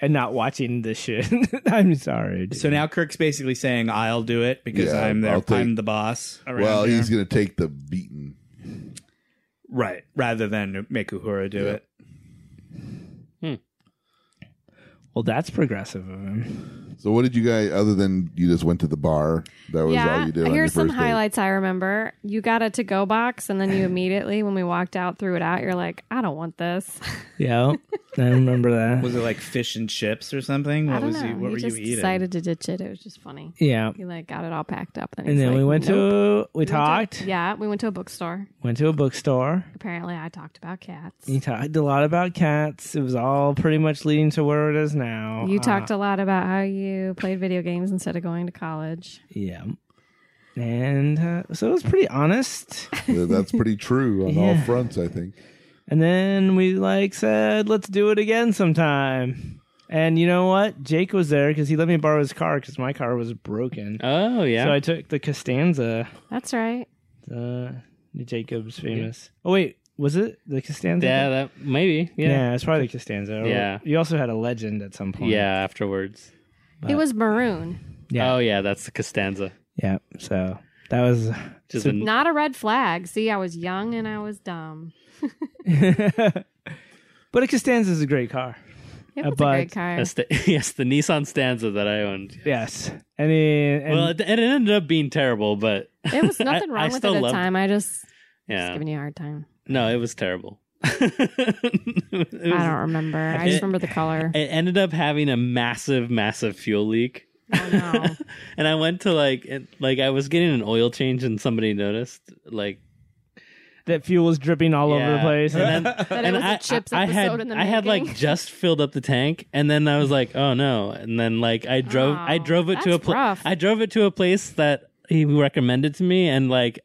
Speaker 5: and not watching this shit. I'm sorry. Dude.
Speaker 1: So now Kirk's basically saying, "I'll do it because
Speaker 2: Yeah,
Speaker 1: I'm there.
Speaker 2: I'll take-
Speaker 1: I'm the boss." around
Speaker 2: Well,
Speaker 1: here."
Speaker 2: he's going to take the beating.
Speaker 1: right rather than make Uhura do it.
Speaker 5: well, that's progressive of him.
Speaker 2: So what did you guys other than you just went to the bar? That was
Speaker 4: yeah,
Speaker 2: all you did. on your
Speaker 4: here's some
Speaker 2: first date?
Speaker 4: highlights I remember. You got a to-go box, and then you immediately, when we walked out, threw it out. You're like, "I don't want this."
Speaker 5: Yeah, I remember that.
Speaker 1: Was it like fish and chips or something?
Speaker 4: I
Speaker 1: What
Speaker 4: don't
Speaker 1: was
Speaker 4: know.
Speaker 1: you? What were
Speaker 4: just
Speaker 1: you eating?
Speaker 4: decided to ditch it. It was just funny.
Speaker 5: yeah,
Speaker 4: He like got it all packed up,
Speaker 5: and then we went to we talked.
Speaker 4: Yeah, we went to a bookstore.
Speaker 5: Went to a bookstore.
Speaker 4: Apparently, I talked about cats.
Speaker 5: He talked a lot about cats. It was all pretty much leading to where it is now.
Speaker 4: You
Speaker 5: Uh,
Speaker 4: talked a lot about how you played video games instead of going to college.
Speaker 5: Yeah. And uh, so it was pretty honest.
Speaker 2: Yeah, that's pretty true on all
Speaker 5: Yeah.
Speaker 2: fronts, I think.
Speaker 5: and then we like said, let's do it again sometime. And you know what? Jake was there because he let me borrow his car because my car was broken.
Speaker 6: Oh yeah.
Speaker 5: So I took the Costanza,
Speaker 4: That's right.
Speaker 5: the the Jacob's famous. Oh wait, was it the Costanza?
Speaker 6: yeah, that maybe.
Speaker 5: yeah.
Speaker 6: Yeah.
Speaker 5: it's probably the Costanza. Or-
Speaker 6: Yeah.
Speaker 5: you also had a legend at some
Speaker 6: Yeah,
Speaker 5: point.
Speaker 6: afterwards.
Speaker 4: It was maroon.
Speaker 5: yeah,
Speaker 6: Oh yeah, that's the Costanza.
Speaker 5: yeah. So that was
Speaker 6: Just
Speaker 5: So-
Speaker 6: an-
Speaker 4: Not a red flag. See, I was young and I was dumb.
Speaker 5: but a Costanza is a great car.
Speaker 4: It
Speaker 5: A
Speaker 4: was a great
Speaker 5: bud.
Speaker 4: car.
Speaker 6: a sta- yes, the Nissan Stanza that I owned.
Speaker 5: Yes. And, it, and
Speaker 6: well, it, it ended up being terrible, but
Speaker 4: It was nothing
Speaker 6: I-
Speaker 4: wrong
Speaker 6: I
Speaker 4: with it
Speaker 6: still
Speaker 4: at the
Speaker 6: loved-
Speaker 4: time. I just, just
Speaker 6: yeah,
Speaker 4: giving you a hard time.
Speaker 6: no, it was terrible. It
Speaker 4: I
Speaker 6: was-
Speaker 4: don't remember. I just
Speaker 6: It-
Speaker 4: remember the color.
Speaker 6: it ended up having a massive, massive fuel leak.
Speaker 4: Oh no.
Speaker 6: and I went to like it, like I was getting an oil change and somebody noticed like
Speaker 5: that fuel was dripping all over the
Speaker 6: yeah.
Speaker 5: place.
Speaker 6: And then,
Speaker 4: That it
Speaker 6: and
Speaker 4: was a
Speaker 6: I,
Speaker 4: chips
Speaker 6: I, I
Speaker 4: episode
Speaker 6: had
Speaker 4: in the
Speaker 6: I had like
Speaker 4: making.
Speaker 6: just filled up the tank and then I was like oh no and then like I drove I
Speaker 4: Oh,
Speaker 6: drove it to a
Speaker 4: that's
Speaker 6: place
Speaker 4: rough.
Speaker 6: I drove it to a place that he recommended to me and like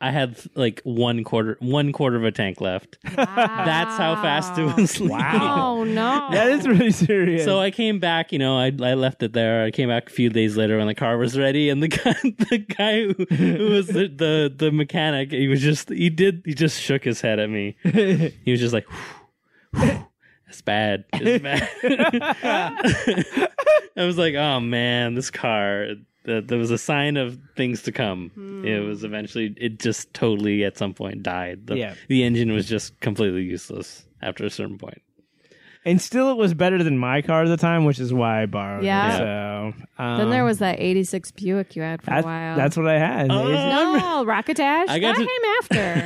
Speaker 6: I had like one quarter one quarter of a tank left. That's how fast it
Speaker 4: Wow.
Speaker 6: was. leaking.
Speaker 4: Oh no.
Speaker 5: that is really serious.
Speaker 6: So I came back, you know, I, I left it there. I came back a few days later when the car was ready, and the guy, the guy who, who was the, the the mechanic, he was just he did he just shook his head at me. He was just like, "Whew, whew, "That's bad, it's bad." I was like, "Oh man, this car." That there was a sign of things to come. It was eventually. It just totally at some point died. The,
Speaker 5: Yeah.
Speaker 6: the engine was just completely useless after a certain point.
Speaker 5: And still, it was better than my car at the time, which is why I borrowed
Speaker 4: Yeah.
Speaker 5: it. So, um,
Speaker 4: Then there was that 86 Buick you had for
Speaker 5: that's,
Speaker 4: a while.
Speaker 5: that's what I had.
Speaker 6: Oh.
Speaker 4: no, Rocket Dash.
Speaker 6: I
Speaker 4: That
Speaker 6: got
Speaker 4: came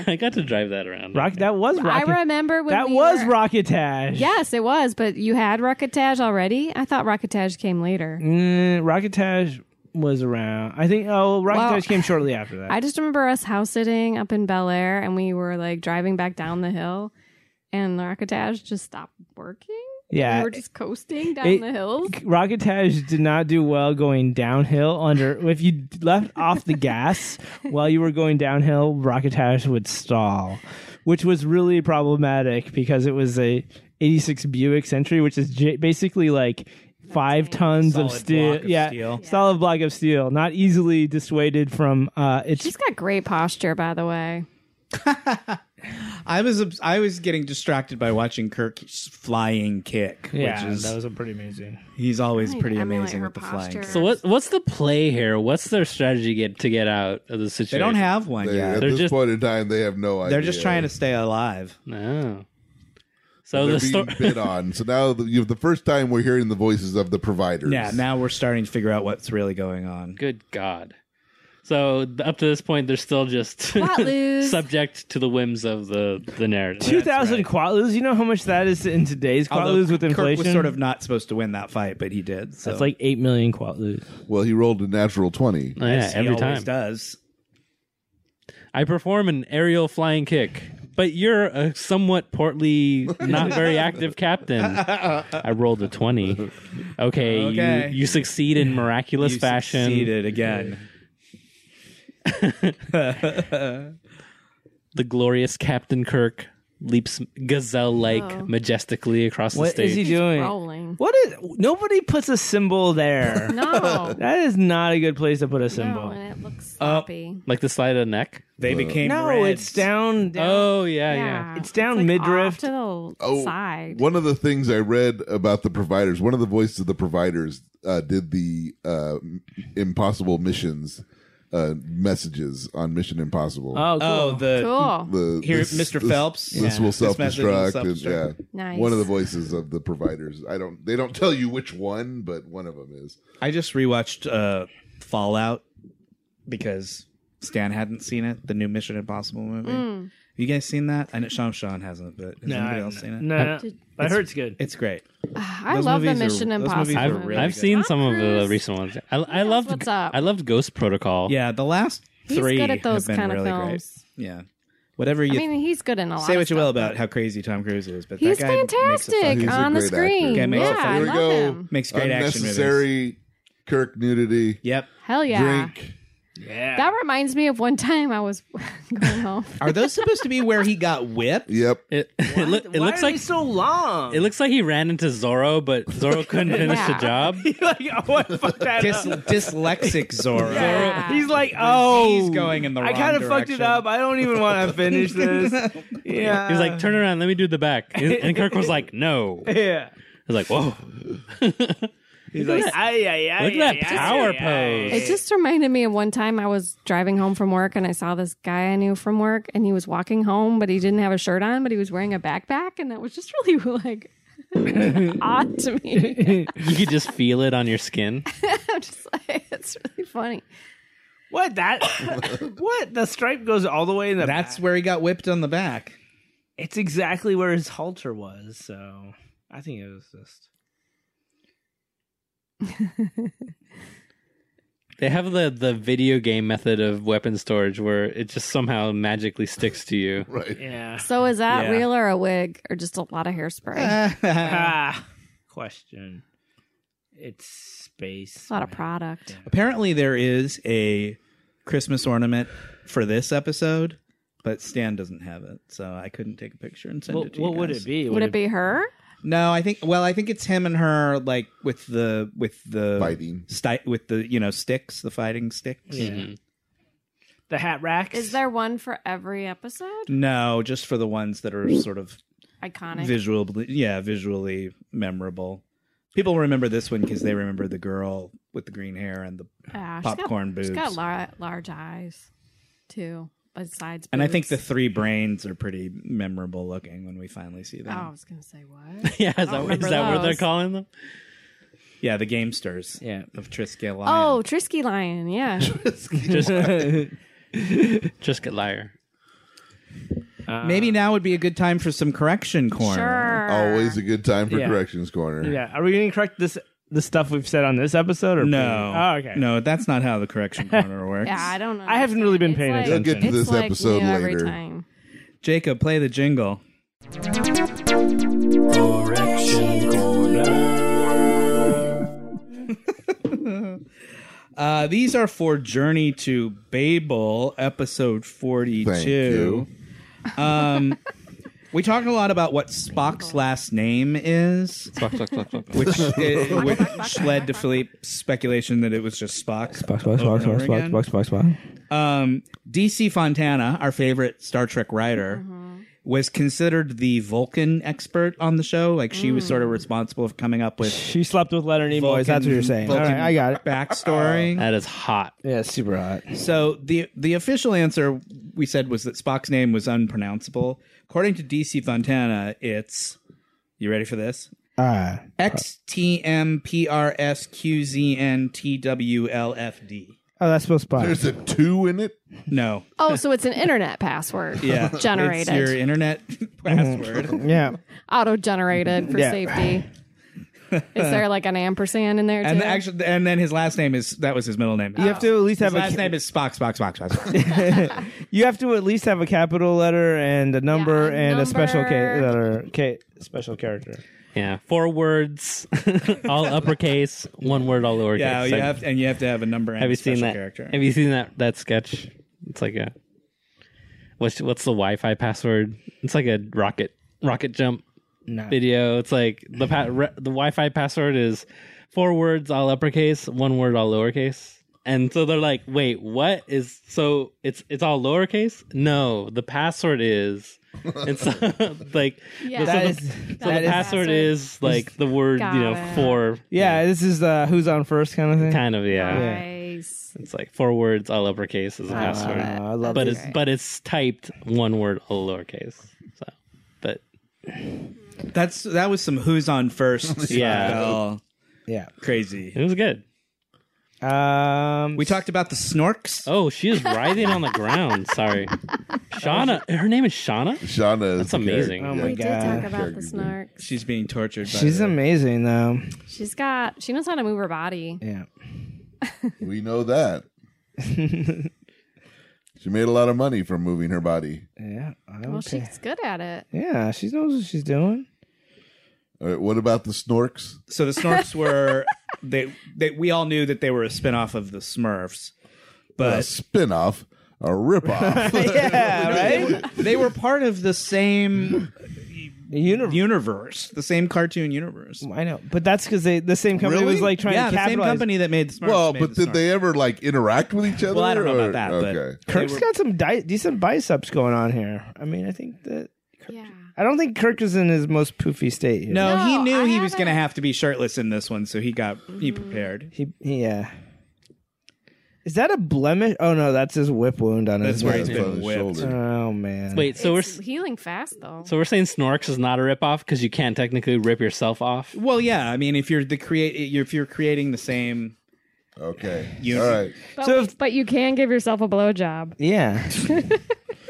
Speaker 4: after.
Speaker 6: I got to drive that around.
Speaker 5: Rock, that was
Speaker 4: I
Speaker 5: Rocket.
Speaker 4: remember when
Speaker 5: that
Speaker 4: we
Speaker 5: was
Speaker 4: were-
Speaker 5: Rocketage.
Speaker 4: Yes, it was, but you had Rocketage already? I thought Rocketage came later.
Speaker 5: Mm, Rocketage was around. I think. Oh, Rocketage
Speaker 4: Wow.
Speaker 5: came shortly after that.
Speaker 4: I just remember us house sitting up in Bel Air and we were like driving back down the hill and the Rocketage just stopped working.
Speaker 5: yeah.
Speaker 4: We were just coasting down
Speaker 5: It-
Speaker 4: the hills.
Speaker 5: Rocketage did not do well going downhill under if you left off the gas while you were going downhill Rocketage would stall which was really problematic because it was a 86 Buick Century which is j- basically like 5 tons
Speaker 1: Solid
Speaker 5: of steel
Speaker 1: block of
Speaker 5: yeah,
Speaker 1: steel.
Speaker 5: solid block of steel not easily dissuaded from uh its
Speaker 4: She's got great posture, by the way.
Speaker 1: I was obs- I was getting distracted by watching Kirk's flying kick,
Speaker 5: yeah
Speaker 1: which is
Speaker 5: that was a pretty amazing
Speaker 1: he's always
Speaker 4: I
Speaker 1: pretty
Speaker 4: emulate
Speaker 1: amazing
Speaker 4: her
Speaker 1: with the flying.
Speaker 4: posture.
Speaker 1: kick.
Speaker 6: So what? What's the play here? What's their strategy get to get out of the
Speaker 1: They
Speaker 6: situation?
Speaker 1: don't have one
Speaker 2: They-
Speaker 1: yet.
Speaker 2: at
Speaker 6: They're
Speaker 2: this
Speaker 6: just-
Speaker 2: point in time, they have no idea.
Speaker 1: They're just trying to stay alive.
Speaker 6: No.
Speaker 2: They're
Speaker 6: Oh. So the
Speaker 2: being
Speaker 6: story.
Speaker 2: bid on. So now the, you the first time we're hearing the voices of the providers.
Speaker 1: Yeah, now we're starting to figure out what's really going on.
Speaker 6: Good God. So th- up to this point, they're still just
Speaker 4: Footloose.
Speaker 6: subject to the whims of the the narrative.
Speaker 5: 2000 Quatloos you know how much that is in today's
Speaker 1: Although
Speaker 5: Quatloos with
Speaker 1: Kirk
Speaker 5: inflation
Speaker 1: was sort of not supposed to win that fight, but he did. So.
Speaker 5: that's like 8 million Quatloos
Speaker 2: Well, he rolled a natural 20.
Speaker 6: Oh, yeah,
Speaker 1: As he
Speaker 6: every
Speaker 1: always
Speaker 6: time
Speaker 1: does.
Speaker 6: I perform an aerial flying kick, but you're a somewhat portly, not very active captain. I rolled a twenty. Okay,
Speaker 1: Okay.
Speaker 6: You, you succeed in miraculous
Speaker 1: You
Speaker 6: fashion.
Speaker 1: succeeded again.
Speaker 6: The glorious Captain Kirk leaps gazelle-like
Speaker 4: Oh.
Speaker 6: majestically across the
Speaker 5: What
Speaker 6: stage.
Speaker 5: is he
Speaker 4: She's
Speaker 5: doing
Speaker 4: rolling.
Speaker 5: What is nobody puts a symbol there?
Speaker 4: No.
Speaker 5: That is not a good place to put a
Speaker 4: no,
Speaker 5: symbol.
Speaker 4: and it looks
Speaker 1: Oh,
Speaker 4: sloppy.
Speaker 6: like the slide of the neck?
Speaker 1: They became
Speaker 5: No,
Speaker 1: Reds.
Speaker 5: it's down. down.
Speaker 6: Oh yeah, yeah.
Speaker 5: It's down
Speaker 4: like
Speaker 5: midriff.
Speaker 4: off to the
Speaker 2: Oh,
Speaker 4: side.
Speaker 2: One of the things I read about the providers, one of the voices of the providers uh, did the uh, impossible missions uh, messages on Mission Impossible.
Speaker 5: Oh, cool.
Speaker 1: Oh, the
Speaker 4: Cool.
Speaker 2: the,
Speaker 1: here,
Speaker 2: this-
Speaker 1: Mr.
Speaker 2: this-
Speaker 1: Phelps.
Speaker 2: This
Speaker 1: Yeah.
Speaker 2: will
Speaker 1: This
Speaker 2: self
Speaker 1: message will
Speaker 2: destruct. yeah,
Speaker 1: self-destruct.
Speaker 4: Nice.
Speaker 2: one of the voices of the providers. I don't. They don't tell you which one, but one of them is.
Speaker 1: I just rewatched uh, Fallout because Stan hadn't seen it, the new Mission Impossible movie.
Speaker 4: Hmm.
Speaker 1: You guys seen that? I know Sean Sean hasn't, but has
Speaker 5: no,
Speaker 1: anybody
Speaker 5: I,
Speaker 1: else seen it?
Speaker 5: no, no. I heard it's good.
Speaker 1: It's great.
Speaker 4: I
Speaker 1: those
Speaker 4: love the
Speaker 1: movies are-
Speaker 4: Mission
Speaker 1: those movies
Speaker 4: Impossible.
Speaker 1: are
Speaker 6: I've,
Speaker 1: They're really
Speaker 6: I've
Speaker 1: good.
Speaker 6: seen
Speaker 4: Tom
Speaker 6: some of the
Speaker 4: Cruise.
Speaker 6: recent ones. I, I loved
Speaker 4: what's up?
Speaker 6: I loved Ghost Protocol.
Speaker 1: Yeah, the last
Speaker 4: He's
Speaker 1: three
Speaker 4: good at those
Speaker 1: have been
Speaker 4: kind of
Speaker 1: really
Speaker 4: films.
Speaker 1: great. Yeah, whatever you
Speaker 4: I mean, he's good in a lot.
Speaker 1: say,
Speaker 4: of
Speaker 1: what you
Speaker 4: stuff,
Speaker 1: will about
Speaker 4: but
Speaker 1: how crazy Tom Cruise is, but
Speaker 4: He's
Speaker 1: that guy makes a fucking-
Speaker 4: fantastic
Speaker 2: He's a
Speaker 4: on the
Speaker 2: great actor.
Speaker 4: screen.
Speaker 1: Guy
Speaker 4: Yeah,
Speaker 1: makes a fucking-
Speaker 4: I
Speaker 2: Oh, Here we
Speaker 4: love
Speaker 2: go.
Speaker 4: him.
Speaker 1: makes great action movies.
Speaker 2: Unnecessary Kirk nudity.
Speaker 1: Yep.
Speaker 4: Hell yeah.
Speaker 2: Drink.
Speaker 5: Yeah.
Speaker 4: That reminds me of one time I was going home.
Speaker 1: Are those supposed to be where he got whipped?
Speaker 2: Yep.
Speaker 6: It, it, loo-
Speaker 5: Why
Speaker 6: it looks
Speaker 5: are
Speaker 6: like
Speaker 5: they so long.
Speaker 6: it looks like he ran into Zorro, but Zorro couldn't finish
Speaker 4: Yeah.
Speaker 6: the job.
Speaker 5: like oh, I fucked that
Speaker 1: Dys-
Speaker 5: up.
Speaker 1: dyslexic Zorro.
Speaker 4: Yeah.
Speaker 5: He's like, oh,
Speaker 1: He's going in the
Speaker 5: I
Speaker 1: wrong
Speaker 5: kind of fucked it
Speaker 1: direction.
Speaker 5: up. I don't even want to finish this. Yeah.
Speaker 6: He was like, "Turn around, let me do the back," and, and Kirk was like, "No." I
Speaker 5: Yeah.
Speaker 6: was like, "Whoa!"
Speaker 5: He's like, ay, ay, ay,
Speaker 6: Look at that
Speaker 5: ay, ay,
Speaker 6: power
Speaker 5: ay,
Speaker 6: pose.
Speaker 5: ay.
Speaker 4: It just reminded me of one time I was driving home from work and I saw this guy I knew from work and he was walking home, but he didn't have a shirt on, but he was wearing a backpack. And that was just really like odd to me.
Speaker 6: You could just feel it on your skin.
Speaker 4: I'm just like, it's really funny.
Speaker 5: What that? what the stripe goes all the way in the. back.
Speaker 1: That's where he got whipped on the back.
Speaker 5: It's exactly where his halter was, so I think it was just
Speaker 6: They have the the video game method of weapon storage where it just somehow magically sticks to you.
Speaker 2: Right.
Speaker 5: yeah.
Speaker 4: So is that
Speaker 1: Yeah. Uh,
Speaker 4: real or a wig or just a lot of hairspray?
Speaker 5: Ah, question. It's space.
Speaker 4: a lot of product.
Speaker 1: Apparently, there is a Christmas ornament for this episode, but Stan doesn't have it, so I couldn't take a picture and send
Speaker 5: What,
Speaker 1: it to you.
Speaker 5: what would
Speaker 1: guys.
Speaker 5: it be?
Speaker 4: Would it be her?
Speaker 1: No, I think. Well, I think it's him and her, like with the with the
Speaker 2: Fighting.
Speaker 1: sti- with the you know sticks, the fighting sticks.
Speaker 5: Yeah. the hat racks?
Speaker 4: Is there one for every episode?
Speaker 1: No, just for the ones that are sort of
Speaker 4: Iconic.
Speaker 1: visually, yeah, visually memorable. People remember this one because they remember the girl with the green hair and the
Speaker 4: Ah, she's got-
Speaker 1: popcorn
Speaker 4: She's got
Speaker 1: boobs.
Speaker 4: lar- large eyes, too. besides.
Speaker 1: And I think
Speaker 4: boobs.
Speaker 1: the three brains are pretty memorable looking when we finally see them.
Speaker 4: Oh, I was gonna say what?
Speaker 6: Yeah, is
Speaker 4: I
Speaker 6: that,
Speaker 4: don't
Speaker 6: is
Speaker 4: remember
Speaker 6: that what they're
Speaker 4: those.
Speaker 6: calling them?
Speaker 1: Yeah, the gamesters
Speaker 5: Yeah.
Speaker 1: of Triskel.
Speaker 4: Oh, Trisky Lion. Yeah.
Speaker 6: Just, just get liar.
Speaker 5: Uh,
Speaker 1: Maybe now would be a good time for some correction corner.
Speaker 4: Oh. Sure.
Speaker 2: Always a good time for
Speaker 5: Yeah.
Speaker 2: corrections corner.
Speaker 5: Yeah. Are we going to correct this the stuff we've said on this episode or
Speaker 1: No.
Speaker 5: Oh, okay.
Speaker 1: No, that's not how the correction corner works.
Speaker 4: Yeah, I don't know.
Speaker 5: I haven't really been paying
Speaker 2: You'll
Speaker 5: attention.
Speaker 2: get to this
Speaker 4: like
Speaker 2: episode
Speaker 4: new
Speaker 2: later.
Speaker 4: Every time.
Speaker 1: Jacob, play the jingle. Uh, these are for Journey to Babel, episode 42.
Speaker 2: Thank you.
Speaker 1: Um, we talked a lot about what Spock's last name is, which, uh, which led to Philippe's speculation that it was just Spock. Spock, Spock, Spock, Spock, Spock, Um, DC Fontana, our favorite Star Trek writer, was considered the Vulcan expert on the show. Like she was sort of responsible for coming up with
Speaker 5: She slept with Leonard Nimoy.
Speaker 1: Vulcan,
Speaker 5: That's what you're saying.
Speaker 1: Vulcan
Speaker 5: All right, I got it.
Speaker 1: backstory.
Speaker 6: That is hot.
Speaker 5: Yeah, super hot.
Speaker 1: So the the official answer we said was that Spock's name was unpronounceable. According to DC Fontana, it's you ready for this?
Speaker 5: Ah.
Speaker 1: X T M P R S Q Z N T W L F D.
Speaker 5: Oh, that's supposed to
Speaker 2: There's a two in it.
Speaker 1: No.
Speaker 4: Oh, so it's an internet password.
Speaker 1: Yeah. It's your
Speaker 4: Generated.
Speaker 1: internet password.
Speaker 5: Yeah.
Speaker 4: Auto generated for
Speaker 5: Yeah.
Speaker 4: safety. Is there like an ampersand in there too?
Speaker 1: and the, actually and then his last name is that was his middle name.
Speaker 5: You have to at least
Speaker 1: his
Speaker 5: have
Speaker 1: last
Speaker 5: a
Speaker 1: name is Spock Spock Spock Spock. Spock.
Speaker 5: you have to at least have a capital letter and a number
Speaker 4: a
Speaker 5: and a special ca-
Speaker 4: number.
Speaker 5: letter ca- special character.
Speaker 6: Yeah, four words, all uppercase, one word, all lowercase.
Speaker 1: yeah, you
Speaker 6: Like,
Speaker 1: have and you have to have a number and
Speaker 6: have
Speaker 1: a
Speaker 6: you seen
Speaker 1: special
Speaker 6: that?
Speaker 1: character.
Speaker 6: Have you seen that that sketch? It's like a what's what's the Wi-Fi password? It's like a rocket rocket jump
Speaker 5: No.
Speaker 6: video. It's like the pa- re- the Wi-Fi password is four words, all uppercase, one word, all lowercase. And so they're like, "Wait, what is so? It's it's all lowercase? No, the password is." and so like
Speaker 4: Yeah.
Speaker 6: so
Speaker 5: That
Speaker 6: the-
Speaker 5: is-
Speaker 6: so
Speaker 5: that
Speaker 6: the
Speaker 5: is-
Speaker 6: password is like the word you know
Speaker 4: Got it.
Speaker 6: for
Speaker 5: Yeah, this is uh, who's on first kind of thing.
Speaker 6: kind of yeah.
Speaker 4: nice.
Speaker 6: It's like four words, all uppercase is a
Speaker 4: I love
Speaker 6: password.
Speaker 4: it.
Speaker 1: Oh,
Speaker 5: I love
Speaker 6: but
Speaker 5: it.
Speaker 6: it's but it's typed one word, all lowercase. So, but
Speaker 1: That's that was some who's on first.
Speaker 6: Yeah.
Speaker 1: style.
Speaker 5: Yeah.
Speaker 1: crazy.
Speaker 6: it was good.
Speaker 5: Um,
Speaker 1: We talked about the snorks.
Speaker 6: Oh, she is writhing on the ground. Sorry, Shauna. Her name is Shauna.
Speaker 2: Shauna.
Speaker 6: That's amazing.
Speaker 5: Oh
Speaker 4: we
Speaker 5: my
Speaker 4: did
Speaker 5: god.
Speaker 4: talk about the snarks.
Speaker 1: She's being tortured. By
Speaker 5: She's
Speaker 1: the-
Speaker 5: amazing though.
Speaker 4: She's got. She knows how to move her body.
Speaker 5: Yeah.
Speaker 2: We know that. she made a lot of money from moving her body.
Speaker 5: Yeah.
Speaker 4: Well,
Speaker 5: okay.
Speaker 4: she's good at it.
Speaker 5: Yeah, she knows what she's doing.
Speaker 2: All right, Uh, what about the snorks?
Speaker 1: So the snorks were they, they we all knew that they were a spinoff of the Smurfs,
Speaker 2: A
Speaker 1: but
Speaker 2: spin-off, a rip-off.
Speaker 5: Yeah, right?
Speaker 1: they were part of the same
Speaker 5: The universe.
Speaker 1: universe, the same cartoon universe.
Speaker 5: I know, but that's because they the same company
Speaker 2: Really?
Speaker 5: was like trying
Speaker 1: Yeah, the
Speaker 5: to
Speaker 1: same
Speaker 5: capitalize.
Speaker 1: company that made the Smurfs.
Speaker 2: well,
Speaker 1: made
Speaker 2: but
Speaker 1: the
Speaker 2: did they ever like interact with each other?
Speaker 1: Well, I don't know
Speaker 2: or-
Speaker 1: about that, but-
Speaker 2: Okay.
Speaker 5: Kirk's
Speaker 1: were-
Speaker 5: got some di- decent biceps going on here. I mean, I think that
Speaker 4: Yeah.
Speaker 5: I don't think Kirk is in his most poofy state. Here.
Speaker 1: No,
Speaker 4: No,
Speaker 1: he knew
Speaker 4: I
Speaker 1: he was going to
Speaker 4: haven't-
Speaker 1: have to be shirtless in this one, so he got
Speaker 5: Mm.
Speaker 1: he prepared.
Speaker 5: he he, yeah. Is that a blemish? Oh no, that's his whip wound on
Speaker 1: That's
Speaker 5: his.
Speaker 1: where
Speaker 5: neck.
Speaker 1: he's
Speaker 2: It's on
Speaker 1: been
Speaker 2: his
Speaker 1: whipped.
Speaker 2: shoulder.
Speaker 5: Oh man.
Speaker 6: Wait, so
Speaker 4: it's
Speaker 6: we're
Speaker 4: healing fast though.
Speaker 6: so we're saying Snorks is not a ripoff because you can't technically rip yourself off.
Speaker 1: Well, yeah, I mean, if you're the create, if you're creating the same,
Speaker 2: Okay.
Speaker 1: You-
Speaker 2: All right.
Speaker 4: but,
Speaker 5: so if-
Speaker 4: but you can give yourself a blowjob.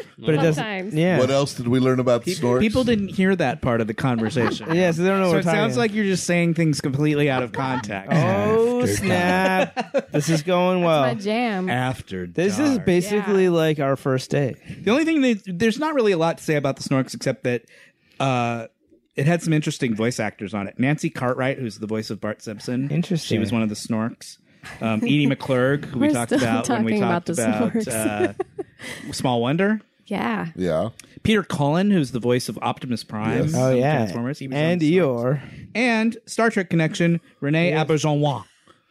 Speaker 5: Yeah. but it doesn't.
Speaker 4: Sometimes.
Speaker 5: Yeah.
Speaker 2: What else did we learn about the snorks?
Speaker 1: people didn't hear that part of the conversation.
Speaker 5: Yeah, so they don't know.
Speaker 1: So
Speaker 5: what
Speaker 1: it
Speaker 5: we're talking
Speaker 1: sounds like you're just saying things completely out of context.
Speaker 5: Oh snap! this is going
Speaker 4: My
Speaker 5: well.
Speaker 4: jam.
Speaker 1: After
Speaker 5: This is
Speaker 1: dark.
Speaker 5: basically
Speaker 4: Yeah.
Speaker 5: like our first date.
Speaker 1: the only thing that there's not really a lot to say about the Snorks except that uh, it had some interesting voice actors on it. Nancy Cartwright, who's the voice of Bart Simpson,
Speaker 5: Interesting.
Speaker 1: She was one of the Snorks. Um, Edie McClurg, who we
Speaker 4: We're
Speaker 1: talked
Speaker 4: still
Speaker 1: about when we
Speaker 4: talking
Speaker 1: talked
Speaker 4: about the
Speaker 1: about, uh, Small Wonder.
Speaker 4: Yeah.
Speaker 2: Yeah.
Speaker 1: Peter Cullen, who's the voice of Optimus Prime,
Speaker 2: Yes.
Speaker 5: Oh
Speaker 1: from
Speaker 5: yeah,
Speaker 1: Transformers, he was on
Speaker 5: and
Speaker 1: the Snorks.
Speaker 5: Eeyore.
Speaker 1: and Star Trek connection, Renee Aberjonois,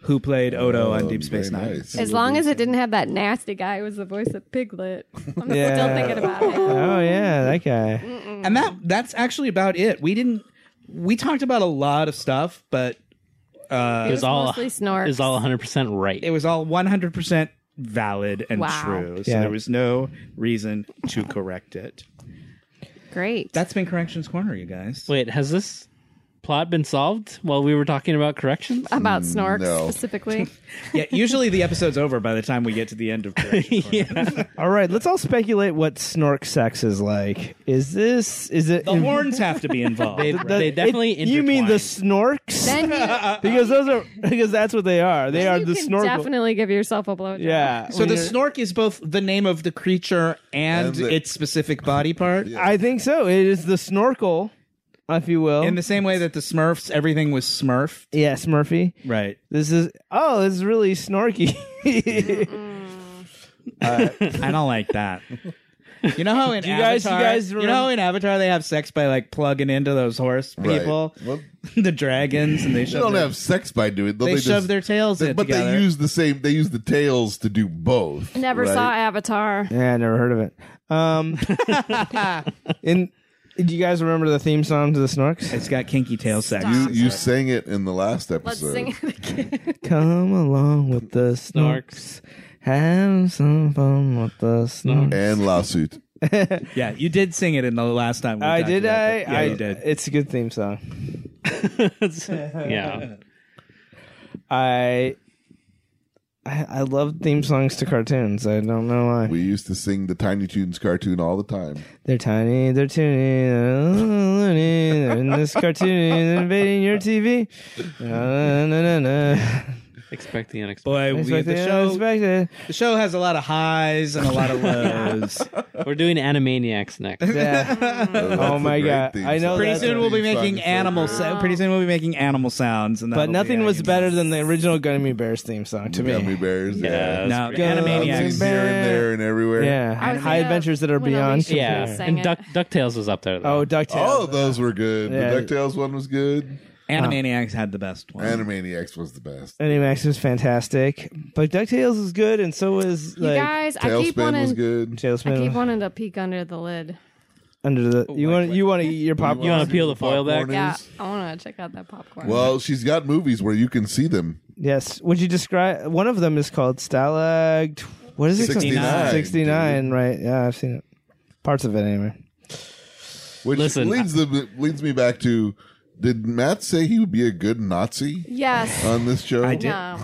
Speaker 1: who played Odo on Deep Space
Speaker 2: Very
Speaker 1: Nine.
Speaker 2: nice.
Speaker 4: As long as it didn't have that nasty guy who was the voice of Piglet. I'm
Speaker 5: Yeah.
Speaker 4: still thinking about it.
Speaker 5: Oh yeah, that guy.
Speaker 1: and that that's actually about it. We didn't we talked about a lot of stuff, but
Speaker 4: Uh, It was
Speaker 6: all-
Speaker 4: mostly snorks.
Speaker 6: Is all 100 percent right.
Speaker 1: it was all 100% valid and
Speaker 4: Wow.
Speaker 1: true. So
Speaker 5: Yeah.
Speaker 1: there was no reason to correct it.
Speaker 4: Great.
Speaker 1: That's been Corrections Corner, you guys.
Speaker 6: Wait, has this plot been solved while we were talking about corrections?
Speaker 4: about snorks
Speaker 2: no.
Speaker 4: specifically.
Speaker 1: Yeah, usually the episode's over by the time we get to the end of Corrections Corner.
Speaker 5: All right, let's all speculate what snork sex is like. Is this is it
Speaker 1: The horns have to be involved.
Speaker 6: They,
Speaker 5: the-
Speaker 6: they
Speaker 5: it-
Speaker 6: definitely
Speaker 5: You mean the
Speaker 6: intertwine.
Speaker 5: snorks?
Speaker 4: then you,
Speaker 5: because those are because that's what they are. They are
Speaker 4: you
Speaker 5: the
Speaker 4: can
Speaker 5: snorkel.
Speaker 4: definitely give yourself a blowjob.
Speaker 5: yeah.
Speaker 1: so the
Speaker 5: We're-
Speaker 1: snork is both the name of the creature and,
Speaker 2: And the-
Speaker 1: its specific body part.
Speaker 2: Yeah.
Speaker 5: I think so. It is the snorkel, if you will.
Speaker 1: In the same way that the Smurfs, everything was Smurf.
Speaker 5: yes, Murphy.
Speaker 1: Right.
Speaker 5: This is oh, this is really snorky.
Speaker 1: I don't like that. You know how in
Speaker 5: you guys- you
Speaker 1: Avatar,
Speaker 5: guys
Speaker 1: know how
Speaker 5: remem-
Speaker 1: in Avatar they have sex by like plugging into those horse
Speaker 2: Right.
Speaker 1: people,
Speaker 2: Well,
Speaker 1: the dragons, and they
Speaker 2: they
Speaker 1: shove
Speaker 2: don't
Speaker 1: their,
Speaker 2: have sex by doing.
Speaker 1: they, shove
Speaker 2: just,
Speaker 1: their tails in
Speaker 2: but
Speaker 1: together.
Speaker 2: they use the same. They use the tails to do both.
Speaker 4: Never
Speaker 2: right?
Speaker 4: saw Avatar.
Speaker 5: yeah, I never heard of it. Um, in do you guys remember the theme song to the snorks?
Speaker 1: it's got kinky tail sex.
Speaker 2: You, you sang it in the last
Speaker 4: Let's
Speaker 2: episode.
Speaker 4: sing it again.
Speaker 5: Come along with the snorks. Have some fun with the snorks.
Speaker 2: And lawsuit.
Speaker 1: yeah, you did sing it in the last time. We
Speaker 5: I
Speaker 1: talked
Speaker 5: did.
Speaker 1: about
Speaker 5: I,
Speaker 1: it. yeah,
Speaker 5: I
Speaker 1: you did.
Speaker 5: It's a good theme song.
Speaker 6: yeah.
Speaker 5: I, I I love theme songs to cartoons. I don't know why.
Speaker 2: We used to sing the Tiny Toons cartoon all the time.
Speaker 5: They're tiny, they're teeny, they're loony, they're in this cartoon, they're invading your TV. Na, na, na, na, na.
Speaker 6: Expect the unexpected.
Speaker 1: Boy, we,
Speaker 5: Expect
Speaker 1: the
Speaker 5: the
Speaker 1: show
Speaker 5: unexpected.
Speaker 1: the show has a lot of highs and a lot of lows.
Speaker 6: We're doing Animaniacs next.
Speaker 5: Yeah.
Speaker 1: Oh
Speaker 2: that's a
Speaker 5: my
Speaker 2: great
Speaker 5: God.
Speaker 2: theme
Speaker 5: I know
Speaker 2: song.
Speaker 1: pretty
Speaker 5: that's
Speaker 1: soon
Speaker 5: a-
Speaker 1: we'll be
Speaker 2: Theme song
Speaker 1: making
Speaker 2: is so
Speaker 1: animal.
Speaker 2: great.
Speaker 1: So, pretty soon we'll be making animal sounds. And
Speaker 5: But
Speaker 1: that'll
Speaker 5: nothing
Speaker 1: be
Speaker 5: was
Speaker 1: hanging
Speaker 5: better
Speaker 1: out.
Speaker 5: than the original Gummy Bears theme song to
Speaker 2: Gummy
Speaker 5: me.
Speaker 2: bears.
Speaker 6: Yeah.
Speaker 1: No,
Speaker 2: Yeah.
Speaker 6: That's pretty-
Speaker 2: Seen
Speaker 1: Animaniacs.
Speaker 5: Gummy-
Speaker 2: here and there and everywhere.
Speaker 5: Yeah.
Speaker 4: I was
Speaker 5: High
Speaker 4: thinking of
Speaker 5: Adventures That Are
Speaker 4: when
Speaker 5: Beyond.
Speaker 4: Alicia-
Speaker 6: Yeah,
Speaker 4: Sang
Speaker 6: and
Speaker 4: it.
Speaker 6: Duck, Ducktales was up there. Though.
Speaker 5: Oh, DuckTales.
Speaker 2: Oh, those were good.
Speaker 5: Yeah.
Speaker 2: The Ducktales one was good.
Speaker 1: Animaniacs had the best one.
Speaker 2: Animaniacs was the best.
Speaker 5: Animax was fantastic. But DuckTales is good, and so is
Speaker 4: you
Speaker 5: like.
Speaker 4: guys, I keep
Speaker 2: Tailspin was
Speaker 4: wanting,
Speaker 2: good.
Speaker 4: I
Speaker 5: Tailspin
Speaker 4: keep wanting to peek under the lid.
Speaker 5: under the you want you want to eat your popcorn.
Speaker 6: You want to peel the foil back?
Speaker 2: Popcorn
Speaker 4: Yeah,
Speaker 2: is-
Speaker 4: I want to check out that popcorn.
Speaker 2: Well, she's got movies where you can see them.
Speaker 5: Yes. Would you describe one of them is called Stalag? What is it?
Speaker 2: 69,
Speaker 5: Sixty nine. Right. Yeah, I've seen it. Parts of it anyway.
Speaker 2: Which
Speaker 6: Listen,
Speaker 2: leads the leads me back to did Matt say he would be a good Nazi
Speaker 4: yes.
Speaker 2: on this show?
Speaker 1: I did.
Speaker 4: no.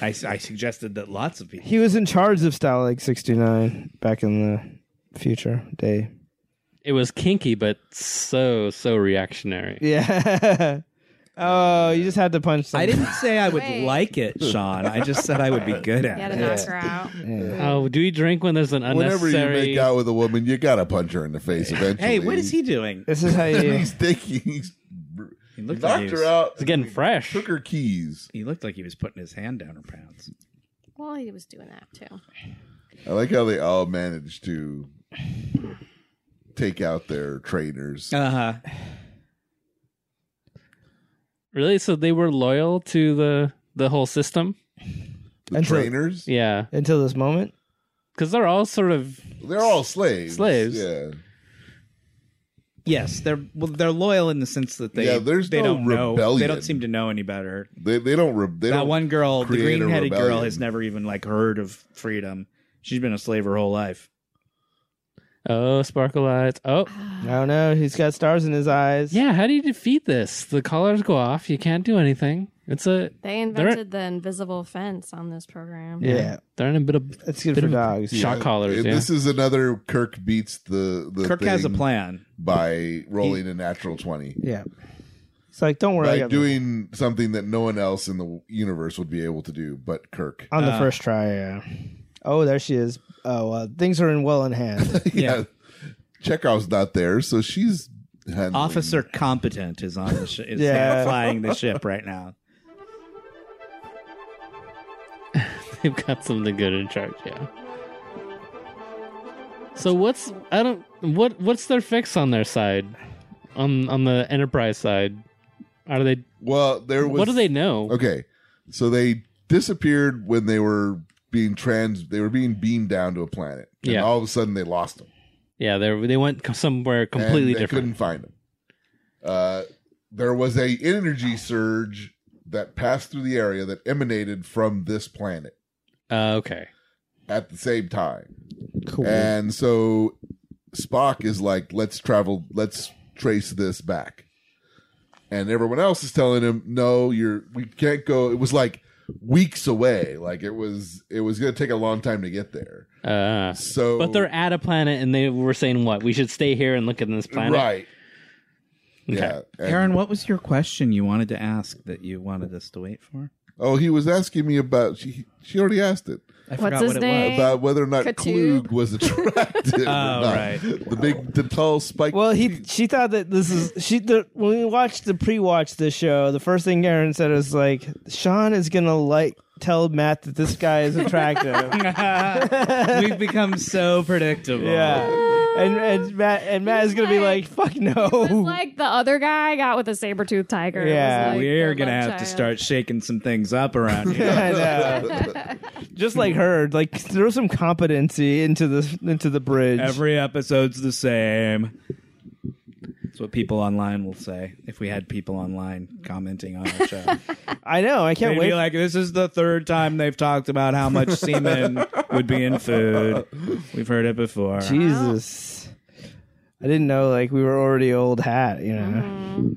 Speaker 1: I, I suggested that lots of people.
Speaker 5: He was in charge of Stalag sixty nine back in the future day.
Speaker 6: It was kinky, but so so reactionary.
Speaker 5: Yeah. oh, you just had to punch. Some.
Speaker 1: I didn't say I would
Speaker 4: Wait.
Speaker 1: like it, Sean. I just said I would be good
Speaker 4: You
Speaker 1: at
Speaker 4: had
Speaker 1: it.
Speaker 4: to knock her out.
Speaker 6: Oh, do we drink when there's an
Speaker 2: Whenever you
Speaker 6: unnecessary?
Speaker 2: make out with a woman, you gotta punch her in the face eventually.
Speaker 1: Hey, what is he doing?
Speaker 5: This is how you.
Speaker 2: He's taking. He's
Speaker 1: He looked like
Speaker 2: knocked
Speaker 1: he
Speaker 2: her
Speaker 1: was,
Speaker 2: out.
Speaker 6: It's getting fresh.
Speaker 2: Took her keys.
Speaker 1: he looked like he was putting his hand down her pants.
Speaker 4: Well, he was doing that too.
Speaker 2: I like how they all managed to take out their trainers.
Speaker 1: Uh huh.
Speaker 6: Really? So they were loyal to the the whole system?
Speaker 2: The
Speaker 5: until-
Speaker 2: trainers?
Speaker 6: Yeah,
Speaker 5: Until this moment,
Speaker 6: because they're all sort of
Speaker 2: They're all slaves.
Speaker 6: Slaves.
Speaker 2: Yeah.
Speaker 1: Yes, they're well, they're loyal in the sense that they
Speaker 2: Yeah, there's
Speaker 1: they
Speaker 2: no
Speaker 1: don't know
Speaker 2: rebellion.
Speaker 1: they don't seem to know any better.
Speaker 2: They they don't. Re- they
Speaker 1: that
Speaker 2: don't
Speaker 1: one girl, the
Speaker 2: create a
Speaker 1: green-headed girl,
Speaker 2: rebellion.
Speaker 1: has never even like heard of freedom. She's been a slave her whole life.
Speaker 6: oh sparkle lights. Oh
Speaker 5: I don't know. He's got stars in his eyes.
Speaker 6: yeah, how do you defeat this? The collars go off. You can't do anything. It's a
Speaker 4: They invented the invisible fence on this program.
Speaker 5: Yeah.
Speaker 6: they're in a bit of
Speaker 5: It's good
Speaker 6: bit
Speaker 5: for
Speaker 6: of a
Speaker 5: dogs.
Speaker 6: Shock collars.
Speaker 2: And
Speaker 6: Yeah.
Speaker 2: This is another Kirk beats the the
Speaker 1: Kirk has a
Speaker 2: thing
Speaker 1: plan.
Speaker 2: by rolling a natural twenty
Speaker 5: Yeah. It's like don't worry. I
Speaker 2: by
Speaker 5: got
Speaker 2: doing something that no one else in the universe would be able to do, but Kirk.
Speaker 5: On
Speaker 6: Uh.
Speaker 5: the first try, yeah. Oh, there she is. Oh, uh, things are in well in hand.
Speaker 1: Yeah.
Speaker 2: Chekhov's not there, so she's handling-
Speaker 1: Officer competent is on the sh- is
Speaker 5: Yeah.
Speaker 1: flying the ship right now.
Speaker 6: They've got something good in charge, yeah. So what's I don't what what's their fix on their side, on on the Enterprise side? Are they
Speaker 2: Well, there was.
Speaker 6: what do they know?
Speaker 2: Okay, so they disappeared when they were being trans. They were being beamed down to a planet, and
Speaker 6: Yeah.
Speaker 2: all of a sudden they lost them.
Speaker 6: Yeah, they they went com- somewhere completely
Speaker 2: and they
Speaker 6: different.
Speaker 2: Couldn't find them. Uh, there was a energy surge that passed through the area that emanated from this planet,
Speaker 6: Uh, okay,
Speaker 2: at the same time.
Speaker 5: Cool.
Speaker 2: And so Spock is like, let's travel, let's trace this back. And everyone else is telling him, no, you're, we can't go. It was like weeks away. Like it was, it was going to take a long time to get there.
Speaker 6: Uh,
Speaker 2: So,
Speaker 6: but they're at a planet, and they were saying what we should stay here and look at this planet.
Speaker 2: right. Yeah. And-
Speaker 1: Aaron, what was your question you wanted to ask that you wanted us to wait for?
Speaker 2: Oh, he was asking me about, she, she already asked it.
Speaker 1: I
Speaker 4: What's his name?
Speaker 2: About whether or not
Speaker 4: Katoob.
Speaker 2: Klug was attractive. or not.
Speaker 1: right.
Speaker 2: The big, the tall spike.
Speaker 5: Well, he she thought that this is she. The, when we watched the pre-watch this show, the first thing Aaron said was like, "Sean is gonna like tell Matt that this guy is attractive."
Speaker 1: We've become so predictable.
Speaker 5: yeah, and and Matt and Matt is gonna be like, "Fuck
Speaker 4: It was
Speaker 5: no."
Speaker 4: like the other guy got with a saber toothed tiger. It was
Speaker 5: Yeah.
Speaker 4: like
Speaker 1: We're
Speaker 4: the
Speaker 1: gonna
Speaker 4: love
Speaker 1: have to
Speaker 4: child.
Speaker 1: start shaking some things up around here.
Speaker 5: I know. Just like her, like throw some competency into the into the bridge.
Speaker 1: Every episode's the same. That's what people online will say if we had people online commenting on our show.
Speaker 5: I know. I can't
Speaker 1: They'd
Speaker 5: wait.
Speaker 1: be like, this is the third time they've talked about how much semen would be in food. We've heard it before.
Speaker 5: Jesus. I didn't know like we were already old hat, you know.
Speaker 4: Mm-hmm.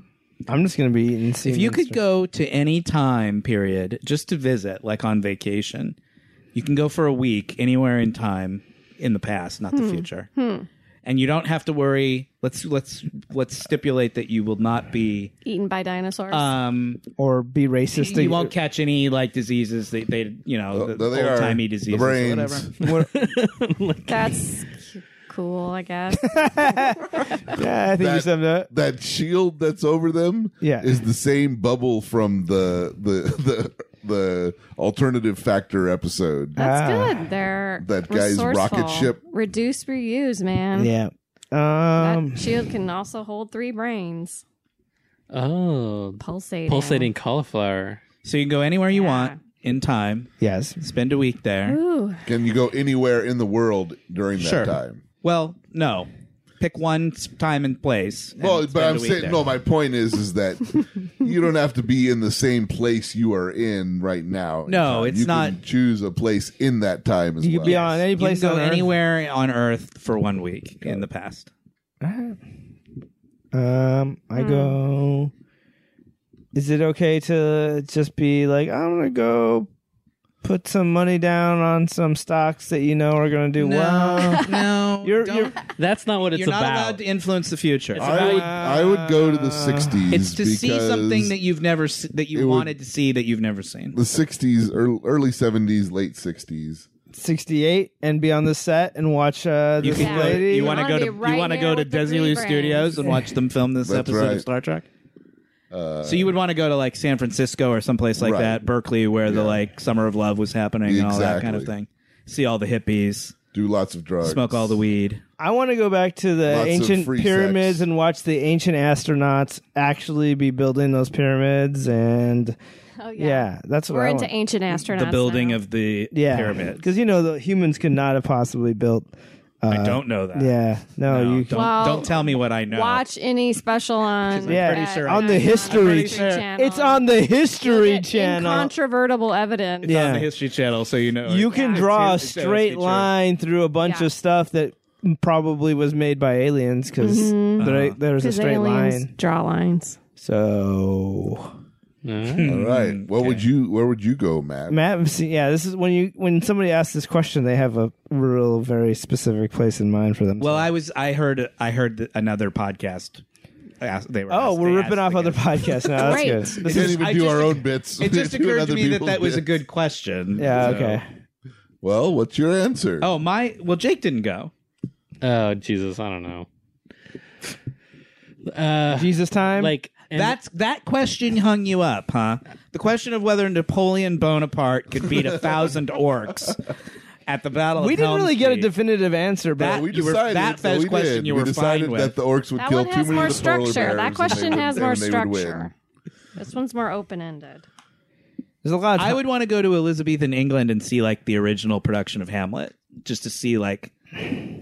Speaker 5: I'm just gonna be eating.
Speaker 1: If you could go to any time period just to visit, like on vacation, you can go for a week anywhere in time in the past, not the future. And you don't have to worry. Let's let's let's stipulate that you will not be
Speaker 4: eaten by dinosaurs.
Speaker 1: um
Speaker 5: or be racist,
Speaker 1: you won't catch any like diseases that they you know
Speaker 2: No, they
Speaker 1: the
Speaker 2: are.
Speaker 1: old timey
Speaker 2: The
Speaker 1: diseases or
Speaker 2: brains.
Speaker 1: whatever.
Speaker 4: That's cool, I guess.
Speaker 5: yeah, I think you
Speaker 2: That-
Speaker 5: summed up.
Speaker 2: that shield that's over them
Speaker 5: Yeah.
Speaker 2: is the same bubble from the the the the alternative factor episode.
Speaker 1: Uh,
Speaker 4: That's
Speaker 5: Ah.
Speaker 4: good. They're
Speaker 2: That guy's rocket
Speaker 4: resourceful.
Speaker 2: ship.
Speaker 4: Reduce, reuse, man.
Speaker 5: Yeah.
Speaker 4: That
Speaker 5: Um.
Speaker 4: shield can also hold three brains.
Speaker 6: Oh,
Speaker 4: Pulsating.
Speaker 6: pulsating cauliflower.
Speaker 1: So you can go anywhere you
Speaker 4: Yeah.
Speaker 1: want in time,
Speaker 5: Yes.
Speaker 1: spend a week there.
Speaker 4: Ooh.
Speaker 2: Can you go anywhere in the world during that
Speaker 1: Sure.
Speaker 2: time?
Speaker 1: Well, no. Pick one s- time and place. and
Speaker 2: Well, but
Speaker 1: spend
Speaker 2: I'm
Speaker 1: a week
Speaker 2: saying
Speaker 1: there.
Speaker 2: no. My point is, is that you don't have to be in the same place you are in right now. in
Speaker 1: No,
Speaker 2: time.
Speaker 1: it's
Speaker 2: You can
Speaker 1: not-
Speaker 2: choose a place in that time as
Speaker 5: You
Speaker 2: well.
Speaker 5: could be on any
Speaker 1: You can
Speaker 5: place
Speaker 1: go
Speaker 5: on Earth.
Speaker 1: anywhere on Earth for one week in the past.
Speaker 5: Um. I
Speaker 4: Hmm.
Speaker 5: go. Is it okay to just be like I'm gonna go? Put some money down on some stocks that you know are going to do well.
Speaker 1: no,
Speaker 5: You're,
Speaker 1: don't-
Speaker 5: you're
Speaker 6: That's not what it's
Speaker 1: you're not
Speaker 6: about.
Speaker 1: allowed to influence the future.
Speaker 6: It's-
Speaker 2: I would, I would go to the
Speaker 1: Uh,
Speaker 2: '60s.
Speaker 1: It's to see
Speaker 2: because
Speaker 1: something that you've never se- that
Speaker 2: it
Speaker 1: you
Speaker 2: would-
Speaker 1: wanted to see that you've never seen.
Speaker 2: the '60s, early, early '70s, late '60s.
Speaker 5: 68 and be on the set and watch uh,
Speaker 1: You
Speaker 5: this
Speaker 1: can go,
Speaker 5: lady.
Speaker 1: you want to
Speaker 4: I'll
Speaker 1: go to
Speaker 4: be
Speaker 1: you
Speaker 4: right
Speaker 1: want to
Speaker 4: now
Speaker 1: go to
Speaker 4: with the
Speaker 1: Desilu
Speaker 4: rebrand.
Speaker 1: Studios and watch them film this
Speaker 2: That's
Speaker 1: episode
Speaker 2: right.
Speaker 1: of Star Trek.
Speaker 2: Uh,
Speaker 1: So you would want to go to like San Francisco or someplace like
Speaker 2: Right.
Speaker 1: that, Berkeley, where the like Summer of Love was happening and all that kind of
Speaker 2: Exactly.
Speaker 1: thing. See all the hippies,
Speaker 2: do lots of drugs,
Speaker 1: smoke all the weed.
Speaker 5: I want to go back to the
Speaker 2: Lots of
Speaker 5: ancient
Speaker 2: free
Speaker 5: pyramids
Speaker 2: sex.
Speaker 5: and watch the ancient astronauts actually be building those pyramids. And
Speaker 4: Oh, yeah.
Speaker 5: yeah, that's what
Speaker 4: We're
Speaker 5: I
Speaker 4: into
Speaker 5: want.
Speaker 4: ancient astronauts.
Speaker 1: The building
Speaker 4: now.
Speaker 1: of the
Speaker 5: yeah,
Speaker 1: pyramid.
Speaker 5: Because, you know, the humans could not have possibly built.
Speaker 1: I don't know that.
Speaker 5: Yeah. No,
Speaker 1: No,
Speaker 5: you
Speaker 1: don't,
Speaker 4: Well,
Speaker 1: don't tell me what I know.
Speaker 4: Watch any special on.
Speaker 1: I'm
Speaker 5: Yeah,
Speaker 1: pretty sure
Speaker 5: on the history. It's on the History Channel.
Speaker 4: Controvertible evidence.
Speaker 1: It's on the
Speaker 5: Yeah.
Speaker 1: History Channel, so you know.
Speaker 5: You
Speaker 1: it. Oh,
Speaker 5: can
Speaker 1: It's
Speaker 5: draw a
Speaker 1: his- it's his
Speaker 5: straight
Speaker 1: feature.
Speaker 5: line through a bunch
Speaker 4: Yeah.
Speaker 5: of stuff that probably was made by aliens because there, there's a
Speaker 4: Mm-hmm. Because
Speaker 5: straight
Speaker 4: aliens
Speaker 5: line.
Speaker 4: draw lines.
Speaker 5: So.
Speaker 2: All
Speaker 1: Mm,
Speaker 2: right. What would you? Where would you go, Matt?
Speaker 5: Matt, see, yeah, this is when you when somebody asks this question, they have a real very specific place in mind for them.
Speaker 1: Well, I was. I heard. I heard th- another podcast. asked- They were.
Speaker 5: oh,
Speaker 1: asked-
Speaker 5: we're
Speaker 1: they
Speaker 5: ripping
Speaker 1: asked
Speaker 5: off
Speaker 1: the
Speaker 5: other
Speaker 1: guy.
Speaker 5: podcasts now. That's
Speaker 4: Great.
Speaker 5: good.
Speaker 2: we
Speaker 5: This
Speaker 2: can't
Speaker 5: is,
Speaker 2: even
Speaker 1: I
Speaker 2: do
Speaker 1: just-
Speaker 2: our own bits.
Speaker 1: It just
Speaker 2: We do
Speaker 1: occurred
Speaker 2: other
Speaker 1: to me that
Speaker 2: people's
Speaker 1: that was a
Speaker 2: bits.
Speaker 1: good question.
Speaker 5: yeah,
Speaker 1: so-
Speaker 5: okay.
Speaker 2: Well, what's your answer?
Speaker 1: Oh my. Well, Jake didn't go.
Speaker 6: Oh Jesus, I don't know. Uh,
Speaker 5: Jesus time.
Speaker 6: like and-
Speaker 1: That's Um, that question hung you up, huh? The question of whether Napoleon Bonaparte could beat a thousand orcs at the Battle.
Speaker 5: we
Speaker 1: of
Speaker 5: didn't really get a
Speaker 1: Helm's Deep.
Speaker 5: definitive answer,
Speaker 1: That-
Speaker 5: but
Speaker 2: we
Speaker 1: you were-
Speaker 2: decided
Speaker 1: that
Speaker 2: no,
Speaker 1: first
Speaker 2: we
Speaker 1: question
Speaker 2: did.
Speaker 1: you
Speaker 2: we
Speaker 1: were fine
Speaker 2: decided
Speaker 1: with.
Speaker 2: that the orcs would
Speaker 4: That
Speaker 2: kill
Speaker 4: one
Speaker 2: too
Speaker 4: has
Speaker 2: many
Speaker 4: more
Speaker 2: of the polar
Speaker 4: structure.
Speaker 2: bears
Speaker 4: That
Speaker 2: and
Speaker 4: question
Speaker 2: they
Speaker 4: has
Speaker 2: would-
Speaker 4: more
Speaker 2: and they would win.
Speaker 4: structure. This one's more open ended.
Speaker 5: there's a lot. Of
Speaker 1: I would want to go to Elizabethan England and see like the original production of Hamlet, just to see like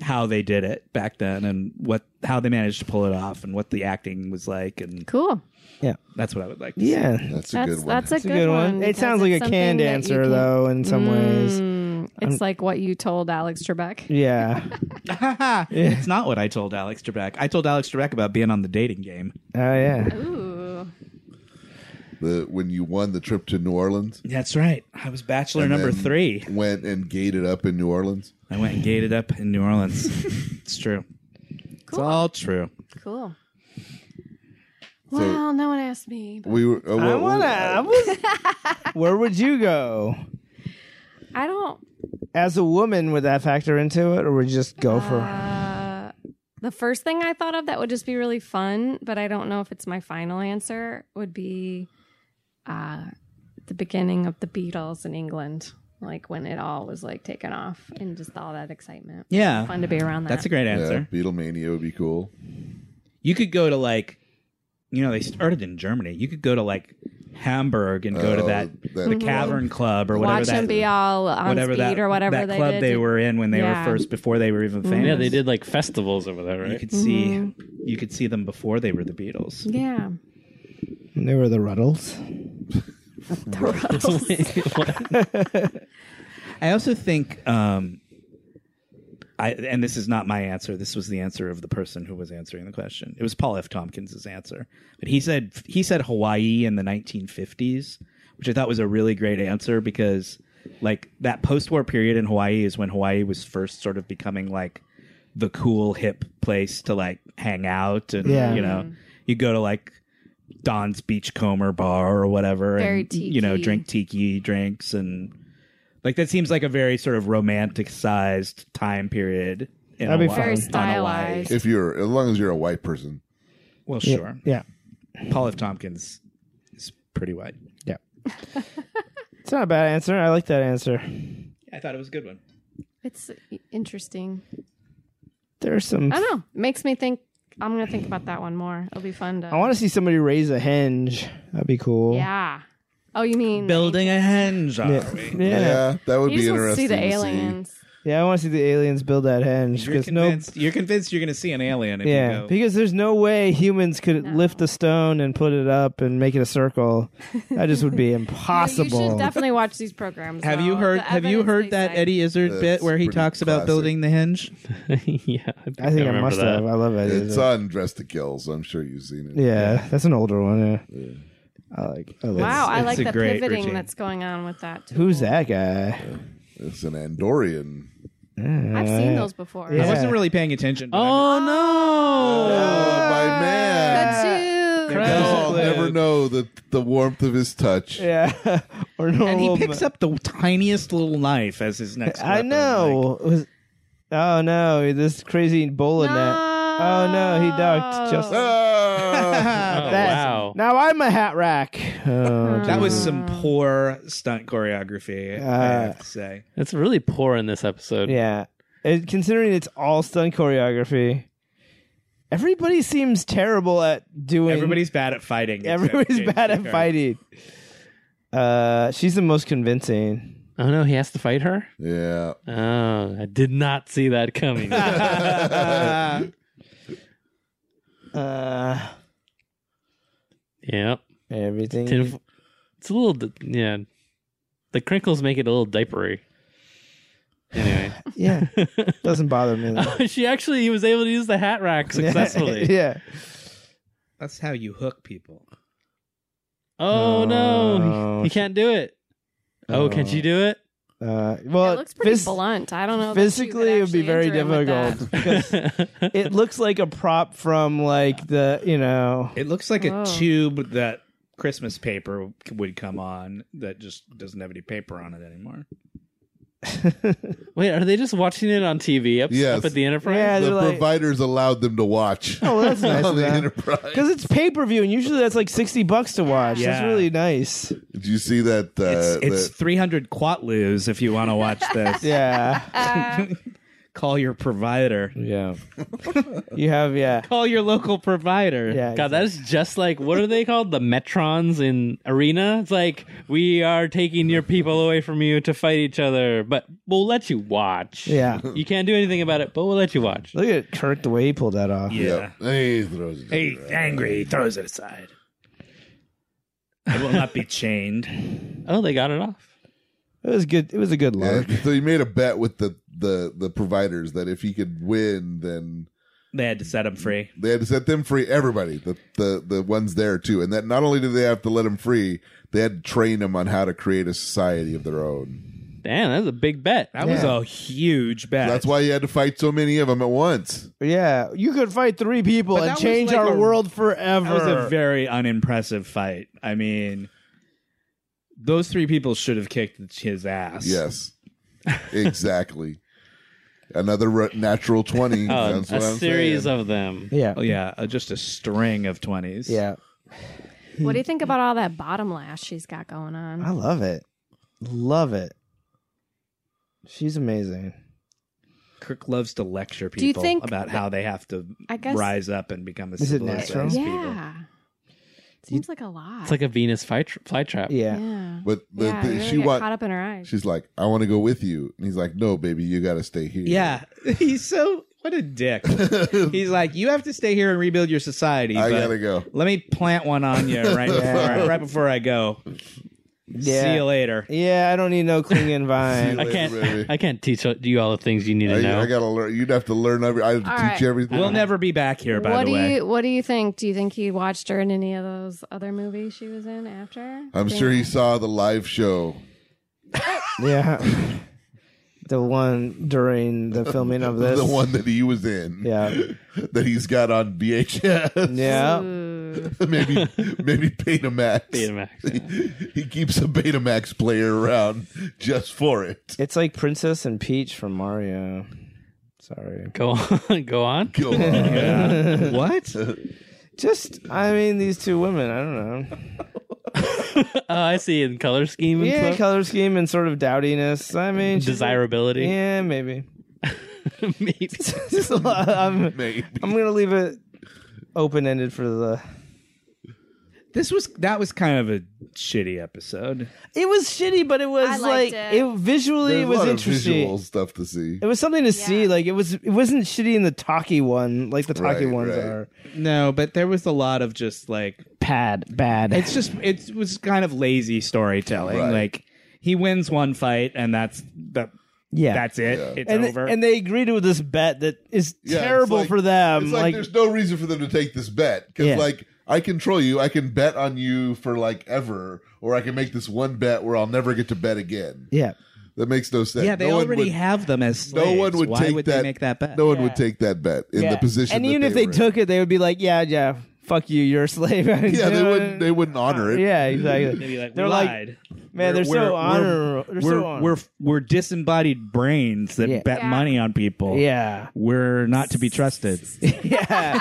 Speaker 1: how they did it back then and what how they managed to pull it off and what the acting was like, and
Speaker 4: Cool.
Speaker 1: that's what I would like. To see.
Speaker 5: Yeah,
Speaker 2: That's a
Speaker 4: That's
Speaker 2: good one.
Speaker 4: that's a
Speaker 5: it's a
Speaker 4: good one.
Speaker 5: It
Speaker 4: because
Speaker 5: sounds like a
Speaker 4: it's
Speaker 5: canned
Speaker 4: something that you
Speaker 5: answer
Speaker 4: can-
Speaker 5: though, in some ways.
Speaker 4: Mm, It's like what you told Alex Trebek.
Speaker 5: Yeah.
Speaker 1: it's not what I told Alex Trebek. I told Alex Trebek about being on the dating game.
Speaker 5: Oh yeah.
Speaker 4: Ooh.
Speaker 2: The when you won the trip to New Orleans,
Speaker 1: That's right. I was bachelor
Speaker 2: and
Speaker 1: number
Speaker 2: then
Speaker 1: three.
Speaker 2: went and gated up in New Orleans.
Speaker 1: I went and gated up in New Orleans. it's true. It's
Speaker 4: Cool.
Speaker 1: all true.
Speaker 4: Cool. Well, no one asked me. but
Speaker 2: We were. Uh,
Speaker 5: I
Speaker 2: well,
Speaker 5: wanna.
Speaker 2: well,
Speaker 5: I was, where would you go
Speaker 4: I don't.
Speaker 5: as a woman? Would that factor into it, or would you just go for?
Speaker 4: Uh, the first thing I thought of that would just be really fun, but I don't know if it's my final answer, would be uh, the beginning of the Beatles in England. Like when it all was like taken off and just all that excitement.
Speaker 1: Yeah.
Speaker 4: Fun to be around that.
Speaker 1: That's a great
Speaker 2: yeah,
Speaker 1: answer.
Speaker 2: Beatlemania would be cool.
Speaker 1: You could go to like, you know, they started in Germany. You could go to like Hamburg and go to
Speaker 2: Oh,
Speaker 1: that,
Speaker 2: that
Speaker 1: the
Speaker 2: club.
Speaker 1: Cavern Club or whatever
Speaker 4: Mm-hmm. Watch
Speaker 1: that
Speaker 4: them be all on
Speaker 1: whatever
Speaker 4: speed
Speaker 1: that
Speaker 4: or whatever
Speaker 1: that
Speaker 4: they
Speaker 1: club
Speaker 4: did.
Speaker 1: they
Speaker 4: to-
Speaker 1: were in when they
Speaker 4: Yeah.
Speaker 1: were first before they were even famous.
Speaker 6: Yeah, they did like festivals over there,
Speaker 1: You
Speaker 6: right?
Speaker 1: could
Speaker 4: Mm-hmm.
Speaker 1: see you could see them before they were the Beatles.
Speaker 4: Yeah.
Speaker 5: They were the Ruddles.
Speaker 1: I also think um I and this is not my answer. This was the answer of the person who was answering the question. It was Paul F. Tompkins' answer. But he said he said Hawaii in the 1950s, which I thought was a really great answer because like that post-war period in Hawaii is when Hawaii was first sort of becoming like the cool hip place to like hang out and
Speaker 5: Yeah.
Speaker 1: you know,
Speaker 4: Mm-hmm.
Speaker 1: you go to like Don's Beachcomber bar or whatever
Speaker 4: Very
Speaker 1: and you know,
Speaker 4: tiki.
Speaker 1: drink tiki drinks and like that seems like a very sort of romantic sized time period. In
Speaker 5: That'd be
Speaker 1: Hawaii,
Speaker 5: fun. Very
Speaker 1: on Hawaii.
Speaker 4: stylized.
Speaker 2: If you're, as long as you're a white person,
Speaker 1: Well, sure.
Speaker 5: Yeah.
Speaker 1: Paul F. Tompkins is pretty white.
Speaker 5: It's not a bad answer. I like that answer.
Speaker 1: I thought it was a good one.
Speaker 4: It's interesting.
Speaker 5: There's some.
Speaker 4: I don't know. Makes me think. I'm going to think about that one more. It'll be fun to.
Speaker 1: Oh,
Speaker 5: I want to see somebody raise a hinge. That'd be cool.
Speaker 4: Yeah. Oh, you mean.
Speaker 1: Building a hinge. are
Speaker 5: Yeah.
Speaker 1: we?
Speaker 5: Yeah.
Speaker 2: yeah, that would
Speaker 4: You
Speaker 2: be
Speaker 4: just want to
Speaker 2: interesting.
Speaker 4: see the
Speaker 2: to
Speaker 4: aliens.
Speaker 5: Yeah, I want to see the aliens build that hinge
Speaker 1: You're
Speaker 5: because no,
Speaker 1: convinced, you're convinced you're going to see an alien if
Speaker 5: yeah,
Speaker 1: you go.
Speaker 5: because there's no way humans could lift a stone and put it up and make it a circle. That just would be
Speaker 4: You, you
Speaker 5: impossible.
Speaker 4: should definitely watch these programs.
Speaker 1: Have
Speaker 4: though.
Speaker 1: you
Speaker 4: The
Speaker 1: heard? Have you
Speaker 4: evidence
Speaker 1: heard
Speaker 4: they
Speaker 1: that
Speaker 4: cite.
Speaker 1: Eddie Izzard
Speaker 2: That's
Speaker 1: bit where he
Speaker 2: pretty
Speaker 1: talks about
Speaker 2: classic.
Speaker 1: building the hinge?
Speaker 6: yeah,
Speaker 5: I think I,
Speaker 6: remember
Speaker 5: must
Speaker 6: that.
Speaker 5: have. I love it.
Speaker 2: It's uh, on Dress to Kill, so I'm sure you've seen it.
Speaker 5: yeah, that's an older one. Yeah. I like. I like
Speaker 4: Wow, I
Speaker 1: it's
Speaker 4: like
Speaker 1: a
Speaker 4: the
Speaker 1: great
Speaker 4: pivoting
Speaker 1: routine.
Speaker 4: that's going on with that. Tool.
Speaker 5: Who's that guy?
Speaker 2: It's an Andorian.
Speaker 4: I've seen those before.
Speaker 5: Yeah.
Speaker 1: I wasn't really paying attention. but I'm-
Speaker 6: Oh
Speaker 5: Ah,
Speaker 2: Oh,
Speaker 6: no!
Speaker 2: my man.
Speaker 4: The two.
Speaker 1: Yeah.
Speaker 2: They'll
Speaker 1: Luke.
Speaker 2: never know the, the warmth of his touch.
Speaker 5: Yeah, or no?
Speaker 1: and he picks up the tiniest little knife as his next.
Speaker 5: I
Speaker 1: weapon, like-
Speaker 5: know. It was- oh no! This crazy bowl of net. Oh no! He ducked. Just
Speaker 2: Ah!
Speaker 6: Oh,
Speaker 5: That's-
Speaker 6: wow.
Speaker 5: Now I'm a hat rack. Oh,
Speaker 1: That was some
Speaker 4: Mm.
Speaker 1: poor stunt choreography, I
Speaker 5: Ah.
Speaker 1: have to say.
Speaker 6: It's really poor in this episode.
Speaker 5: Yeah. It, considering it's all stunt choreography, everybody seems terrible at doing.
Speaker 1: Everybody's bad at fighting. except
Speaker 5: everybody's
Speaker 1: James
Speaker 5: bad at
Speaker 1: Franco.
Speaker 5: fighting. Uh, she's the most convincing.
Speaker 6: Oh no, he has to fight her.
Speaker 2: yeah.
Speaker 6: Oh, I did not see that coming.
Speaker 5: Uh,
Speaker 6: yep.
Speaker 5: everything.
Speaker 6: Tin- It's a little, di- yeah. The crinkles make it a little diapery. Anyway,
Speaker 5: yeah, doesn't bother me. though.
Speaker 6: she actually he was able to use the hat rack successfully.
Speaker 5: yeah.
Speaker 1: That's how you hook people.
Speaker 6: Oh no,
Speaker 5: Oh,
Speaker 6: he, he can't do it. Oh, can she do it?
Speaker 5: Uh,
Speaker 4: It
Speaker 5: well,
Speaker 4: looks pretty
Speaker 5: phys-
Speaker 4: blunt. I don't know. that you
Speaker 5: physically, it would be
Speaker 4: actually
Speaker 5: very
Speaker 4: injure him with
Speaker 5: difficult.
Speaker 4: that.
Speaker 5: because it looks like a prop from like the you know
Speaker 1: It looks like a
Speaker 4: Oh.
Speaker 1: tube that Christmas paper would come on that just doesn't have any paper on it anymore.
Speaker 6: Wait, are they just watching it on TV up,
Speaker 2: Yes.
Speaker 6: up at the Enterprise?
Speaker 5: Yeah,
Speaker 2: The
Speaker 5: they're like-
Speaker 2: providers allowed them to watch
Speaker 5: Oh, that's nice.
Speaker 2: on
Speaker 5: of
Speaker 2: the
Speaker 5: them.
Speaker 2: Enterprise.
Speaker 5: Because it's pay per view, and usually that's like sixty bucks to watch. That's
Speaker 1: Yeah.
Speaker 5: really nice.
Speaker 2: Did you see that? Uh,
Speaker 1: It's, it's
Speaker 2: that
Speaker 1: 300 quatloos if you want to watch this.
Speaker 5: Yeah,
Speaker 1: Call your provider.
Speaker 5: yeah. you have yeah,
Speaker 1: Call your local provider.
Speaker 5: yeah.
Speaker 6: God, that is just like what are they called? The Metrons in Arena. It's like we are taking your people away from you to fight each other, but we'll let you watch.
Speaker 5: yeah.
Speaker 6: you can't do anything about it, but we'll let you watch.
Speaker 5: Look at Kirk the way he pulled that off.
Speaker 1: Yeah.
Speaker 2: yeah. He throws it.
Speaker 1: Hey, angry, he throws it aside. It will not be chained.
Speaker 6: Oh, they got it off.
Speaker 1: It was good. It was a good
Speaker 2: Yeah,
Speaker 1: look.
Speaker 2: so he made a bet with the, the the providers that if he could win, then
Speaker 1: They had to set him free.
Speaker 2: they had to set them free. Everybody, the the the ones there too, and that not only did they have to let him free, they had to train him on how to create a society of their own.
Speaker 6: Damn, that's a big bet.
Speaker 1: That was a huge bet.
Speaker 2: That's why he had to fight so many of them at once.
Speaker 5: Yeah, you could fight three people
Speaker 1: But that
Speaker 5: and
Speaker 1: was
Speaker 5: change
Speaker 1: like
Speaker 5: our
Speaker 1: a-
Speaker 5: world
Speaker 1: That
Speaker 5: forever.
Speaker 1: was a very unimpressive fight. I mean, those three people should have kicked his ass.
Speaker 2: Yes, exactly. Another r- natural twenty.
Speaker 6: Oh,
Speaker 2: That's
Speaker 6: a
Speaker 2: what I'm
Speaker 6: series
Speaker 2: saying.
Speaker 6: of them.
Speaker 5: yeah,
Speaker 1: Oh, yeah. uh, just a string of 20s.
Speaker 5: yeah.
Speaker 4: What do you think about all that bottom lash she's got going
Speaker 5: I
Speaker 4: on?
Speaker 5: love it, love it. She's amazing.
Speaker 1: Kirk loves to lecture people
Speaker 4: Do you think
Speaker 1: about how they have to
Speaker 4: I guess-
Speaker 1: rise up and become a
Speaker 5: Is it
Speaker 1: civilized
Speaker 5: natural?
Speaker 1: people.
Speaker 4: Yeah. Seems like a lot.
Speaker 6: It's like a Venus fly, tra- fly trap.
Speaker 5: Yeah,
Speaker 4: yeah.
Speaker 2: But the,
Speaker 4: yeah,
Speaker 2: the-
Speaker 4: you really
Speaker 2: she
Speaker 4: get
Speaker 2: wa-
Speaker 4: caught up in her eyes.
Speaker 2: She's like, I want to go with you, and he's like, No, baby, you got to stay here.
Speaker 1: Yeah. He's so, what a dick. He's like, you have to stay here and rebuild your society.
Speaker 2: I
Speaker 1: but
Speaker 2: gotta go.
Speaker 1: Let me plant one on you right, before, right before I go.
Speaker 5: yeah,
Speaker 1: See you later.
Speaker 5: yeah. I don't need no clinging vine.
Speaker 6: I can't.
Speaker 2: Really?
Speaker 6: I can't teach you all the things you need to
Speaker 2: Oh, I,
Speaker 6: know.
Speaker 2: I gotta learn. You'd have to learn every. I have to
Speaker 4: All
Speaker 2: teach
Speaker 4: right.
Speaker 2: you everything.
Speaker 1: We'll never be back here, by
Speaker 4: what
Speaker 1: the
Speaker 4: do
Speaker 1: way.
Speaker 4: you What do you think? Do you think he watched her in any of those other movies she was in after?
Speaker 2: I'm sure he saw the live show.
Speaker 5: yeah, the one during the filming of this.
Speaker 2: The one that he was in.
Speaker 5: Yeah.
Speaker 2: that he's got on VHS.
Speaker 5: Yeah,
Speaker 1: Mm.
Speaker 4: Ooh.
Speaker 2: maybe maybe Betamax.
Speaker 6: Betamax.
Speaker 2: he keeps a Betamax player around just for it.
Speaker 5: it's like Princess and Peach from Mario. Sorry.
Speaker 6: Go on. Go on.
Speaker 2: Go on.
Speaker 1: what?
Speaker 5: Just, I mean, these two women. I don't know.
Speaker 6: Oh, I see. In color scheme and
Speaker 5: Yeah,
Speaker 6: stuff.
Speaker 5: color scheme and sort of dowdiness. I mean, she's-
Speaker 6: Desirability.
Speaker 5: Yeah, maybe.
Speaker 6: Maybe.
Speaker 5: Just a lot- I'm,
Speaker 2: Maybe.
Speaker 5: I'm gonna leave it open ended for the.
Speaker 1: This was that was kind of a shitty episode.
Speaker 5: It was shitty, but it
Speaker 4: I
Speaker 5: was like
Speaker 4: liked
Speaker 5: it,
Speaker 4: it.
Speaker 5: visually
Speaker 2: There's
Speaker 5: it
Speaker 2: a
Speaker 5: was
Speaker 2: lot Of
Speaker 5: interesting.
Speaker 2: visual stuff to see.
Speaker 5: It was something to see. Like it was, it wasn't shitty in the talkie one, like the talkie
Speaker 2: Right,
Speaker 5: ones
Speaker 2: right.
Speaker 5: are.
Speaker 1: No, but there was a lot of just like
Speaker 7: Pad, bad.
Speaker 1: it's just it was kind of lazy storytelling.
Speaker 2: Right.
Speaker 1: Like he wins one fight and that's that
Speaker 5: Yeah,
Speaker 1: that's it.
Speaker 2: Yeah.
Speaker 1: It's
Speaker 5: and they-
Speaker 1: over.
Speaker 5: and they agreed to this bet that is
Speaker 2: Yeah, it's
Speaker 5: terrible
Speaker 2: like-
Speaker 5: for them.
Speaker 2: It's like,
Speaker 5: Like,
Speaker 2: there's no reason for them to take this bet because
Speaker 5: Yeah.
Speaker 2: like I control you. I can bet on you for like ever, or I can make this one bet where I'll never get to bet again.
Speaker 5: yeah,
Speaker 2: That makes no sense.
Speaker 1: yeah, they
Speaker 2: no one
Speaker 1: already
Speaker 2: would-
Speaker 1: have them as
Speaker 2: No
Speaker 1: slaves.
Speaker 2: one would
Speaker 1: Why
Speaker 2: take
Speaker 1: would
Speaker 2: that.
Speaker 1: they make that bet?
Speaker 2: No one would take that bet in
Speaker 5: yeah.
Speaker 2: the position.
Speaker 5: And
Speaker 2: that
Speaker 5: even if they
Speaker 2: were in.
Speaker 5: took it, they would be like, yeah, yeah, fuck you, you're a slave.
Speaker 2: yeah, they wouldn't. They wouldn't honor it.
Speaker 5: Oh, Yeah, exactly.
Speaker 1: Maybe like
Speaker 5: They're
Speaker 1: we
Speaker 5: like,
Speaker 1: lied.
Speaker 5: Man,
Speaker 1: We're-
Speaker 5: they're so
Speaker 1: we're-
Speaker 5: honorable. They're
Speaker 1: We're
Speaker 5: so honorable.
Speaker 1: we're we're disembodied brains that
Speaker 5: Yeah.
Speaker 1: bet
Speaker 4: Yeah.
Speaker 1: money on people.
Speaker 5: Yeah.
Speaker 1: We're not to be trusted.
Speaker 5: Yeah.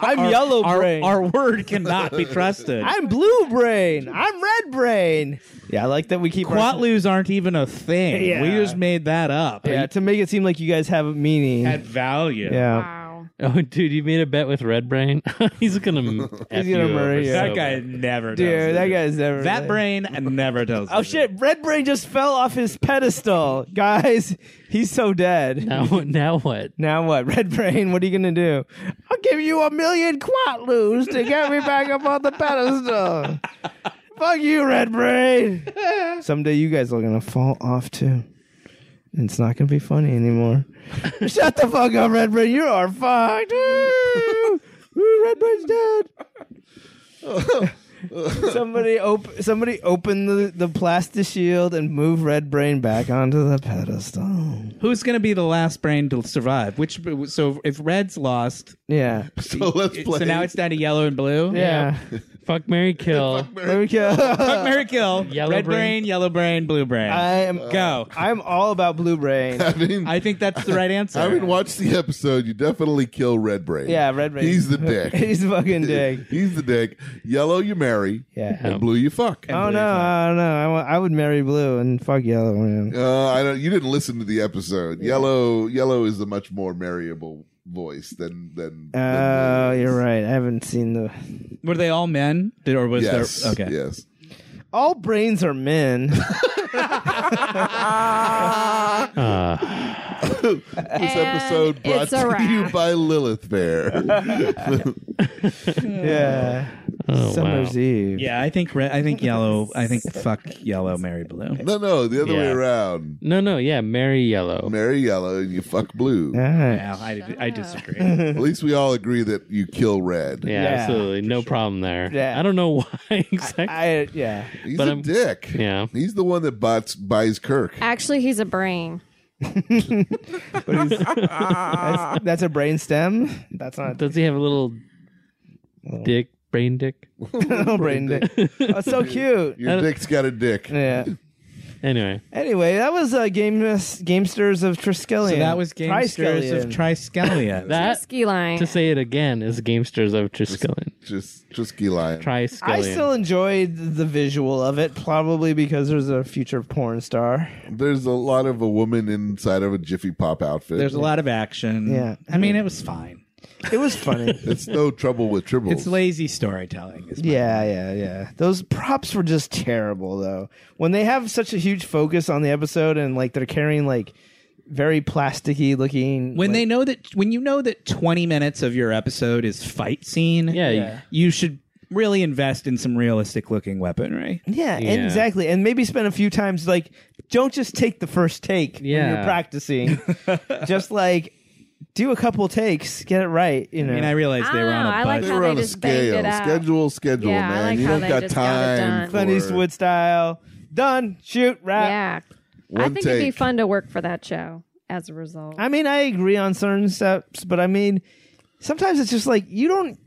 Speaker 5: I'm yellow
Speaker 1: our,
Speaker 5: brain.
Speaker 1: our word cannot be trusted.
Speaker 5: I'm blue brain. I'm red brain. Yeah, I like that we keep our-
Speaker 1: Quatloos aren't even a thing.
Speaker 5: Yeah.
Speaker 1: We just made that up.
Speaker 5: yeah, to make it seem like you guys have a meaning.
Speaker 1: At value.
Speaker 5: yeah.
Speaker 4: Wow.
Speaker 6: Oh, dude, you made a bet with Red Brain. He's gonna. F
Speaker 5: He's
Speaker 6: you
Speaker 5: gonna
Speaker 6: over
Speaker 5: murder you.
Speaker 6: so
Speaker 1: That guy
Speaker 6: bad.
Speaker 1: never tells
Speaker 5: Dude,
Speaker 1: the
Speaker 5: that
Speaker 1: truth.
Speaker 5: guy's never
Speaker 1: That brain never tells.
Speaker 5: Oh
Speaker 1: the
Speaker 5: shit, Red Brain just fell off his pedestal. Guys, he's so dead.
Speaker 6: Now, what- now what?
Speaker 5: Now what? Red Brain, what are you gonna do? I'll give you a million Quatloos to get me back up on the pedestal. Fuck you, Red Brain. Someday you guys are gonna fall off too. And it's not gonna be funny anymore. Shut the fuck up, Red Brain. You are fucked. Ooh. Ooh, Red Brain's dead. somebody op- somebody open the, the plastic shield and move Red Brain back onto the pedestal.
Speaker 1: truth. Who's going to be the last brain to survive? Which so if red's lost,
Speaker 5: Yeah.
Speaker 2: So let's play.
Speaker 1: so now it's down to yellow and blue.
Speaker 5: Yeah.
Speaker 6: Fuck Mary Kill.
Speaker 5: There we go.
Speaker 1: Fuck, Mary kill.
Speaker 6: Yellow
Speaker 1: red brain.
Speaker 6: brain.
Speaker 1: yellow brain, blue brain.
Speaker 5: I am
Speaker 1: Go.
Speaker 5: I'm all about blue brain.
Speaker 2: I mean,
Speaker 1: I think that's the right answer.
Speaker 2: having watched the episode, you definitely kill Red Brain.
Speaker 5: Yeah, red brain.
Speaker 2: He's the dick.
Speaker 5: He's fucking dick.
Speaker 2: He's the dick. Yellow, you marry.
Speaker 5: Yeah.
Speaker 2: And blue, you fuck.
Speaker 5: Oh no, I don't know. I, wa- I would marry blue and fuck yellow. Man.
Speaker 2: Uh, I don't. You didn't listen to the episode. Yellow, yellow is a much more marryable voice than than.
Speaker 5: Oh, you're right. I haven't seen the.
Speaker 1: Were they all men, Did- or was
Speaker 2: Yes.
Speaker 1: there? Okay.
Speaker 2: Yes.
Speaker 5: All brains are men.
Speaker 6: Uh,
Speaker 2: This episode brought
Speaker 4: it's a
Speaker 2: to you
Speaker 4: wrap.
Speaker 2: by Lilith Fair.
Speaker 5: yeah.
Speaker 6: Oh,
Speaker 5: Summer's
Speaker 6: wow.
Speaker 5: Eve.
Speaker 1: Yeah, I think red. I think yellow. I think fuck yellow, Mary blue.
Speaker 2: No, no, the other way
Speaker 6: Yeah.
Speaker 2: around.
Speaker 6: No, no, yeah, marry yellow.
Speaker 2: Marry yellow and you fuck blue.
Speaker 5: Yeah.
Speaker 1: Yeah, I, I disagree.
Speaker 2: At least we all agree that you kill red.
Speaker 6: yeah,
Speaker 5: Yeah,
Speaker 6: absolutely, no problem there.
Speaker 5: Yeah.
Speaker 6: I don't know why exactly.
Speaker 5: I, yeah.
Speaker 2: He's
Speaker 6: But
Speaker 2: a
Speaker 6: I'm-
Speaker 2: dick.
Speaker 6: yeah.
Speaker 2: He's the one that bots, buys Kirk.
Speaker 4: Actually, he's a brain.
Speaker 5: But he's, that's, that's a brain stem. That's not
Speaker 6: Does he have a little dick, brain dick?
Speaker 5: a brain dick. Oh, so cute.
Speaker 2: Your dick's got a dick.
Speaker 5: Yeah.
Speaker 6: Anyway,
Speaker 5: Anyway, that was uh, game gamesters of Triskelion.
Speaker 1: so that was Gamesters of Triskelion.
Speaker 6: that
Speaker 4: Ski line.
Speaker 6: to say it again is gamesters of Triskelion.
Speaker 2: Just, just key line.
Speaker 6: Triskelion.
Speaker 5: I still enjoyed the visual of it, probably because there's a future porn star.
Speaker 2: There's a lot of a woman inside of a Jiffy Pop outfit.
Speaker 1: There's a lot of action.
Speaker 5: Yeah.
Speaker 1: I mean it was fine.
Speaker 5: It was funny.
Speaker 2: It's no trouble with tribbles.
Speaker 1: It's lazy storytelling. is my-
Speaker 5: Yeah, yeah, yeah. Those props were just terrible, though. When they have such a huge focus on the episode and like they're carrying like very plasticky looking.
Speaker 1: When they
Speaker 5: like,
Speaker 1: know that, when you know that 20 minutes of your episode is fight scene,
Speaker 6: Yeah, you-
Speaker 1: you should really invest in some realistic looking weaponry.
Speaker 5: yeah, and
Speaker 6: Yeah.
Speaker 5: exactly, and maybe spend a few times like don't just take the first take when you're
Speaker 6: Yeah.
Speaker 5: practicing. just like do a couple takes, get it right. You know,
Speaker 1: I mean, I realized they were on a
Speaker 4: Ah, I like
Speaker 1: budget.
Speaker 2: they
Speaker 4: how
Speaker 2: were
Speaker 4: they
Speaker 2: on a
Speaker 4: just banged
Speaker 2: scale.
Speaker 4: it out.
Speaker 2: Schedule, schedule,
Speaker 4: Yeah, I
Speaker 2: man.
Speaker 4: like
Speaker 2: you
Speaker 4: how
Speaker 2: don't
Speaker 4: they
Speaker 2: got
Speaker 4: just got it
Speaker 2: time.
Speaker 4: done.
Speaker 5: Clint
Speaker 2: for
Speaker 5: Eastwood style. Done. Shoot. Wrap.
Speaker 4: yeah.
Speaker 2: One
Speaker 4: I think
Speaker 2: take.
Speaker 4: it'd be fun to work for that show as a result.
Speaker 5: I mean, I agree on certain steps, but I mean, sometimes it's just like you don't.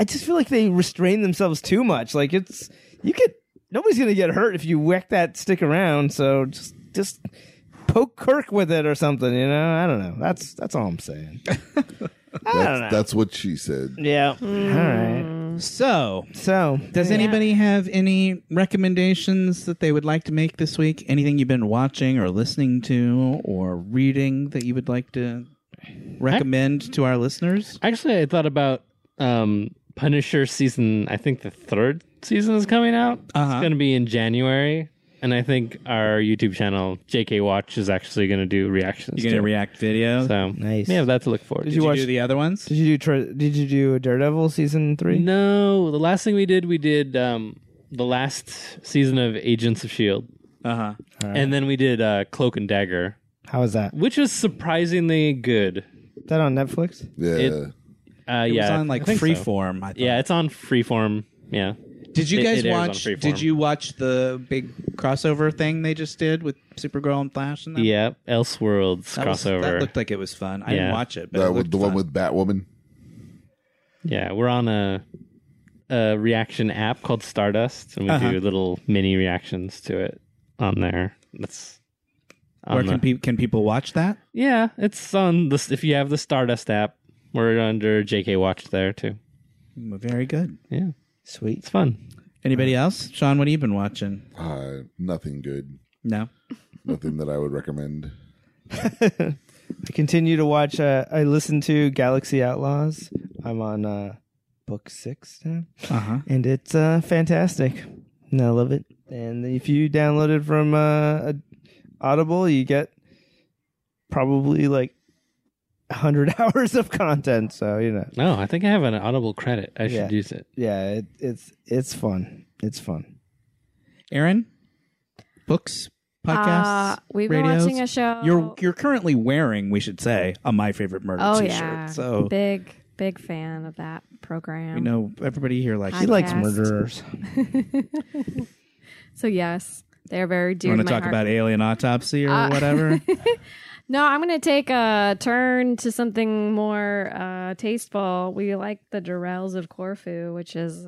Speaker 5: I just feel like they restrain themselves too much. Like it's you could nobody's gonna get hurt if you whack that stick around. So just just poke Kirk with it or something. You know, I don't know. That's that's all I'm saying. I don't know.
Speaker 2: That's, that's what she said.
Speaker 5: yeah. All right.
Speaker 1: So,
Speaker 5: So
Speaker 1: does anybody have any recommendations that they would like to make this week? Anything you've been watching or listening to or reading that you would like to recommend to our listeners?
Speaker 6: Actually, I thought about um, Punisher season. I think the third season is coming out.
Speaker 1: Uh-huh.
Speaker 6: It's going to be in January, and I think our YouTube channel JK Watch is actually going to do reactions.
Speaker 1: You're going to
Speaker 6: to it.
Speaker 1: react video.
Speaker 6: So
Speaker 5: Nice.
Speaker 6: Yeah, that's a look forward.
Speaker 5: Did
Speaker 6: to.
Speaker 1: did you,
Speaker 5: watch-
Speaker 1: do the other ones?
Speaker 5: did you do? Tre- did you do Daredevil season three?
Speaker 6: No, the last thing we did, we did um, the last season of Agents of Shield,
Speaker 1: Uh
Speaker 6: Uh-huh.
Speaker 1: huh.
Speaker 6: E and then we did uh, Cloak and Dagger,
Speaker 5: How was that?
Speaker 6: which was surprisingly good.
Speaker 5: That on Netflix?
Speaker 2: Yeah.
Speaker 6: It- Uh,
Speaker 1: It
Speaker 6: yeah,
Speaker 1: was on like
Speaker 6: I think so.
Speaker 1: freeform. I thought.
Speaker 6: Yeah, it's on Freeform. Yeah,
Speaker 1: Did you
Speaker 6: It-
Speaker 1: guys
Speaker 6: it airs on
Speaker 1: watch?
Speaker 6: Freeform.
Speaker 1: Did you watch the big crossover thing they just did with Supergirl and Flash? And them?
Speaker 6: yeah, Elseworlds
Speaker 1: that was-
Speaker 6: crossover.
Speaker 1: that looked like it was fun. I didn't
Speaker 6: Yeah.
Speaker 1: watch it, but
Speaker 2: that
Speaker 1: it
Speaker 2: was
Speaker 1: looked
Speaker 2: the one
Speaker 1: fun.
Speaker 2: with Batwoman.
Speaker 6: Yeah, we're on a a reaction app called Stardust, and we do little mini reactions to it on there. That's on
Speaker 1: Where
Speaker 6: the-
Speaker 1: can, pe- can people watch that?
Speaker 6: yeah, it's on this. If you have the Stardust app, we're under JK Watch there too.
Speaker 1: Very good.
Speaker 6: Yeah,
Speaker 5: Sweet.
Speaker 6: it's fun.
Speaker 1: Anybody else? Sean, what have you been watching?
Speaker 2: Uh, nothing good.
Speaker 1: No.
Speaker 2: Nothing that I would recommend.
Speaker 5: I continue to watch. Uh, I listen to Galaxy Outlaws. I'm on uh, book six now,
Speaker 1: Uh huh.
Speaker 5: and it's uh, fantastic. And I love it. And if you download it from uh, Audible, you get probably like hundred hours of content. So you know,
Speaker 6: No, Oh, I think I have an Audible credit. I
Speaker 5: Yeah.
Speaker 6: should use it.
Speaker 5: yeah, it, it's it's fun. It's fun.
Speaker 1: Aaron, books, podcasts.
Speaker 4: Uh, we've
Speaker 1: radios?
Speaker 4: been watching a show.
Speaker 1: You're you're currently wearing, we should say, a my favorite murder
Speaker 4: oh
Speaker 1: T-shirt.
Speaker 4: yeah,
Speaker 1: So
Speaker 4: big big fan of that program.
Speaker 1: you know everybody here likes.
Speaker 4: Hi.
Speaker 5: He likes
Speaker 4: Podcast.
Speaker 5: murderers.
Speaker 4: So yes, they're very
Speaker 1: You
Speaker 4: dear
Speaker 1: want
Speaker 4: to
Speaker 1: to
Speaker 4: my
Speaker 1: talk
Speaker 4: heart. Uh,
Speaker 1: about alien autopsy or whatever?
Speaker 4: No, I'm going to take a turn to something more uh, tasteful. We like the Durrells of Corfu, which is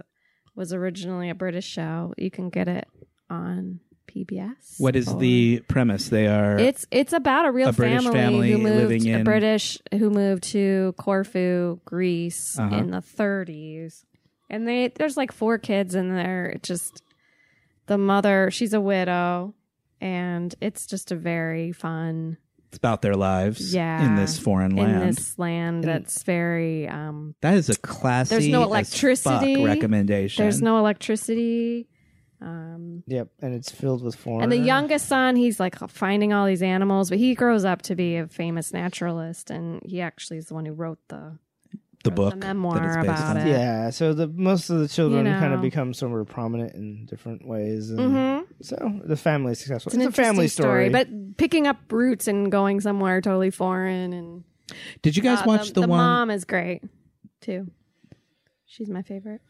Speaker 4: was originally a British show. You can get it on PBS.
Speaker 1: what is
Speaker 4: or-
Speaker 1: the premise? They are.
Speaker 4: It's it's about a real
Speaker 1: A British
Speaker 4: family,
Speaker 1: family
Speaker 4: who moved
Speaker 1: living in-
Speaker 4: a British who moved to Corfu, Greece
Speaker 1: Uh-huh.
Speaker 4: in the 30s. And they there's like four kids in there. It just the mother, she's a widow and it's just a very fun
Speaker 1: It's about their lives
Speaker 4: Yeah.
Speaker 1: in this foreign land.
Speaker 4: in this land that's very um
Speaker 1: that is a classy.
Speaker 4: There's no
Speaker 1: as
Speaker 4: electricity.
Speaker 1: fuck recommendation.
Speaker 4: there's no electricity um
Speaker 5: Yep, and it's filled with foreigners.
Speaker 4: and the youngest son he's like finding all these animals but he grows up to be a famous naturalist and he actually is the one who wrote the
Speaker 1: the book.
Speaker 4: a
Speaker 1: that
Speaker 4: memoir
Speaker 1: it's based
Speaker 4: about
Speaker 1: on.
Speaker 4: it.
Speaker 8: Yeah, so the most of the children
Speaker 4: You know.
Speaker 8: kind of become somewhat prominent in different ways. And
Speaker 4: Mhm.
Speaker 8: So the family is successful.
Speaker 4: It's
Speaker 8: It's,
Speaker 4: an
Speaker 8: a family
Speaker 4: interesting
Speaker 8: story,
Speaker 4: but picking up roots and going somewhere totally foreign. And
Speaker 1: Did you guys
Speaker 4: Uh,
Speaker 1: watch the, one?
Speaker 4: mom is great too. She's my favorite.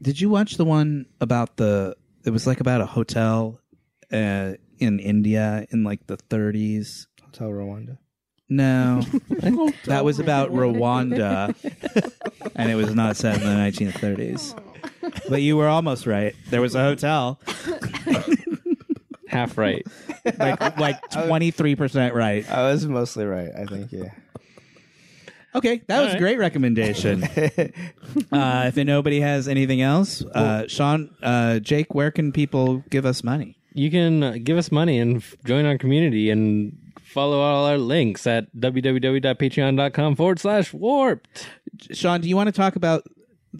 Speaker 1: Did you watch the one about the? It was like about a hotel uh, in India in like the 30s.
Speaker 8: Hotel Rwanda.
Speaker 1: No, that was about Rwanda, and it was not set in the 1930s. But you were almost right. There was a hotel,
Speaker 6: Half right.
Speaker 1: like like 23 percent right.
Speaker 8: I was mostly right, I think. Yeah.
Speaker 1: Okay, that was a great recommendation. uh, if nobody has anything else, uh, Sean, uh, Jake, where can people give us money?
Speaker 6: You can uh, give us money and f- join our community and follow all our links at www.patreon.com forward slash warped.
Speaker 1: Sean, do you want to talk about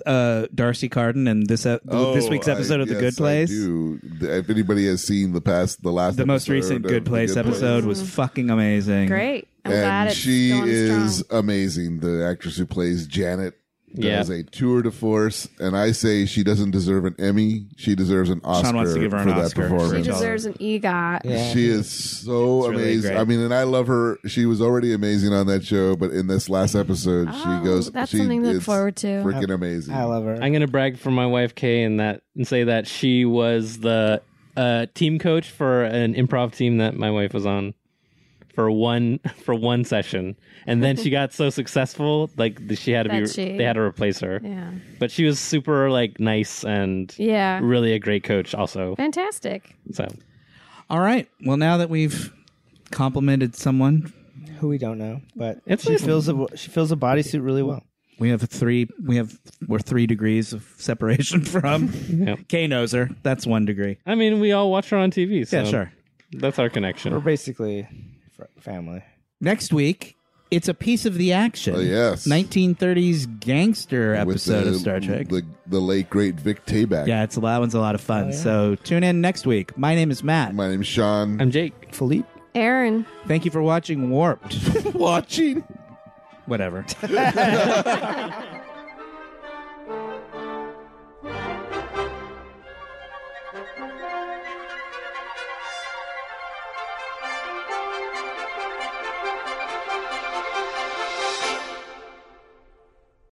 Speaker 1: uh, Darcy Carden and this uh, this week's
Speaker 2: Oh,
Speaker 1: episode
Speaker 2: I-
Speaker 1: of The
Speaker 2: yes,
Speaker 1: Good
Speaker 2: I
Speaker 1: Place?
Speaker 2: do. The- If anybody has seen the past, the last,
Speaker 1: The most
Speaker 2: episode
Speaker 1: recent
Speaker 2: of
Speaker 1: Good
Speaker 2: The
Speaker 1: Place episode was fucking amazing.
Speaker 4: Great. I'm glad
Speaker 2: and
Speaker 4: it's
Speaker 2: she
Speaker 4: going
Speaker 2: is
Speaker 4: strong.
Speaker 2: amazing. The actress who plays Janet
Speaker 6: Yeah.
Speaker 2: does a tour de force, and I say she doesn't deserve an Emmy. She deserves an Oscar
Speaker 1: Sean wants to give her an
Speaker 2: for that
Speaker 1: Oscar.
Speaker 4: She
Speaker 2: performance.
Speaker 4: deserves an EGOT.
Speaker 8: Yeah.
Speaker 2: She is so
Speaker 1: It's really
Speaker 2: amazing.
Speaker 1: great.
Speaker 2: I mean, and I love her. She was already amazing on that show, but in this last episode,
Speaker 4: Oh,
Speaker 2: she goes.
Speaker 4: That's
Speaker 2: she,
Speaker 4: something to look
Speaker 2: it's
Speaker 4: forward to.
Speaker 2: Freaking amazing.
Speaker 8: I love her.
Speaker 6: I'm gonna brag for my wife Kay and that and say that she was the uh, team coach for an improv team that my wife was on for one for one session, and then she got so successful like that she had to be
Speaker 4: That she-
Speaker 6: they had to replace her.
Speaker 4: yeah.
Speaker 6: But she was super like nice and
Speaker 4: Yeah.
Speaker 6: really a great coach also.
Speaker 4: Fantastic.
Speaker 6: So
Speaker 1: All right. Well, now that we've complimented someone,
Speaker 8: Who we don't know, but
Speaker 6: It's
Speaker 8: she
Speaker 6: nice.
Speaker 8: feels a she feels a bodysuit really well.
Speaker 1: we have three. We have we're three degrees of separation from.
Speaker 6: Yep.
Speaker 1: Kay knows her. That's one degree.
Speaker 6: I mean, we all watch her on TV. So
Speaker 1: Yeah, sure.
Speaker 6: That's our
Speaker 8: We're
Speaker 6: connection.
Speaker 8: basically fr- family.
Speaker 1: Next week, it's a piece of the action.
Speaker 2: Oh, yes.
Speaker 1: 1930s gangster
Speaker 2: With
Speaker 1: episode
Speaker 2: the-
Speaker 1: of Star Trek.
Speaker 2: The, the late great Vic Tabak.
Speaker 1: yeah, it's a that one's a lot of
Speaker 6: Oh,
Speaker 1: fun. So tune in next week. My name is Matt.
Speaker 2: My name's Sean.
Speaker 6: I'm Jake.
Speaker 8: Philippe.
Speaker 4: Aaron.
Speaker 1: Thank you for watching Warped.
Speaker 2: watching.
Speaker 1: Whatever.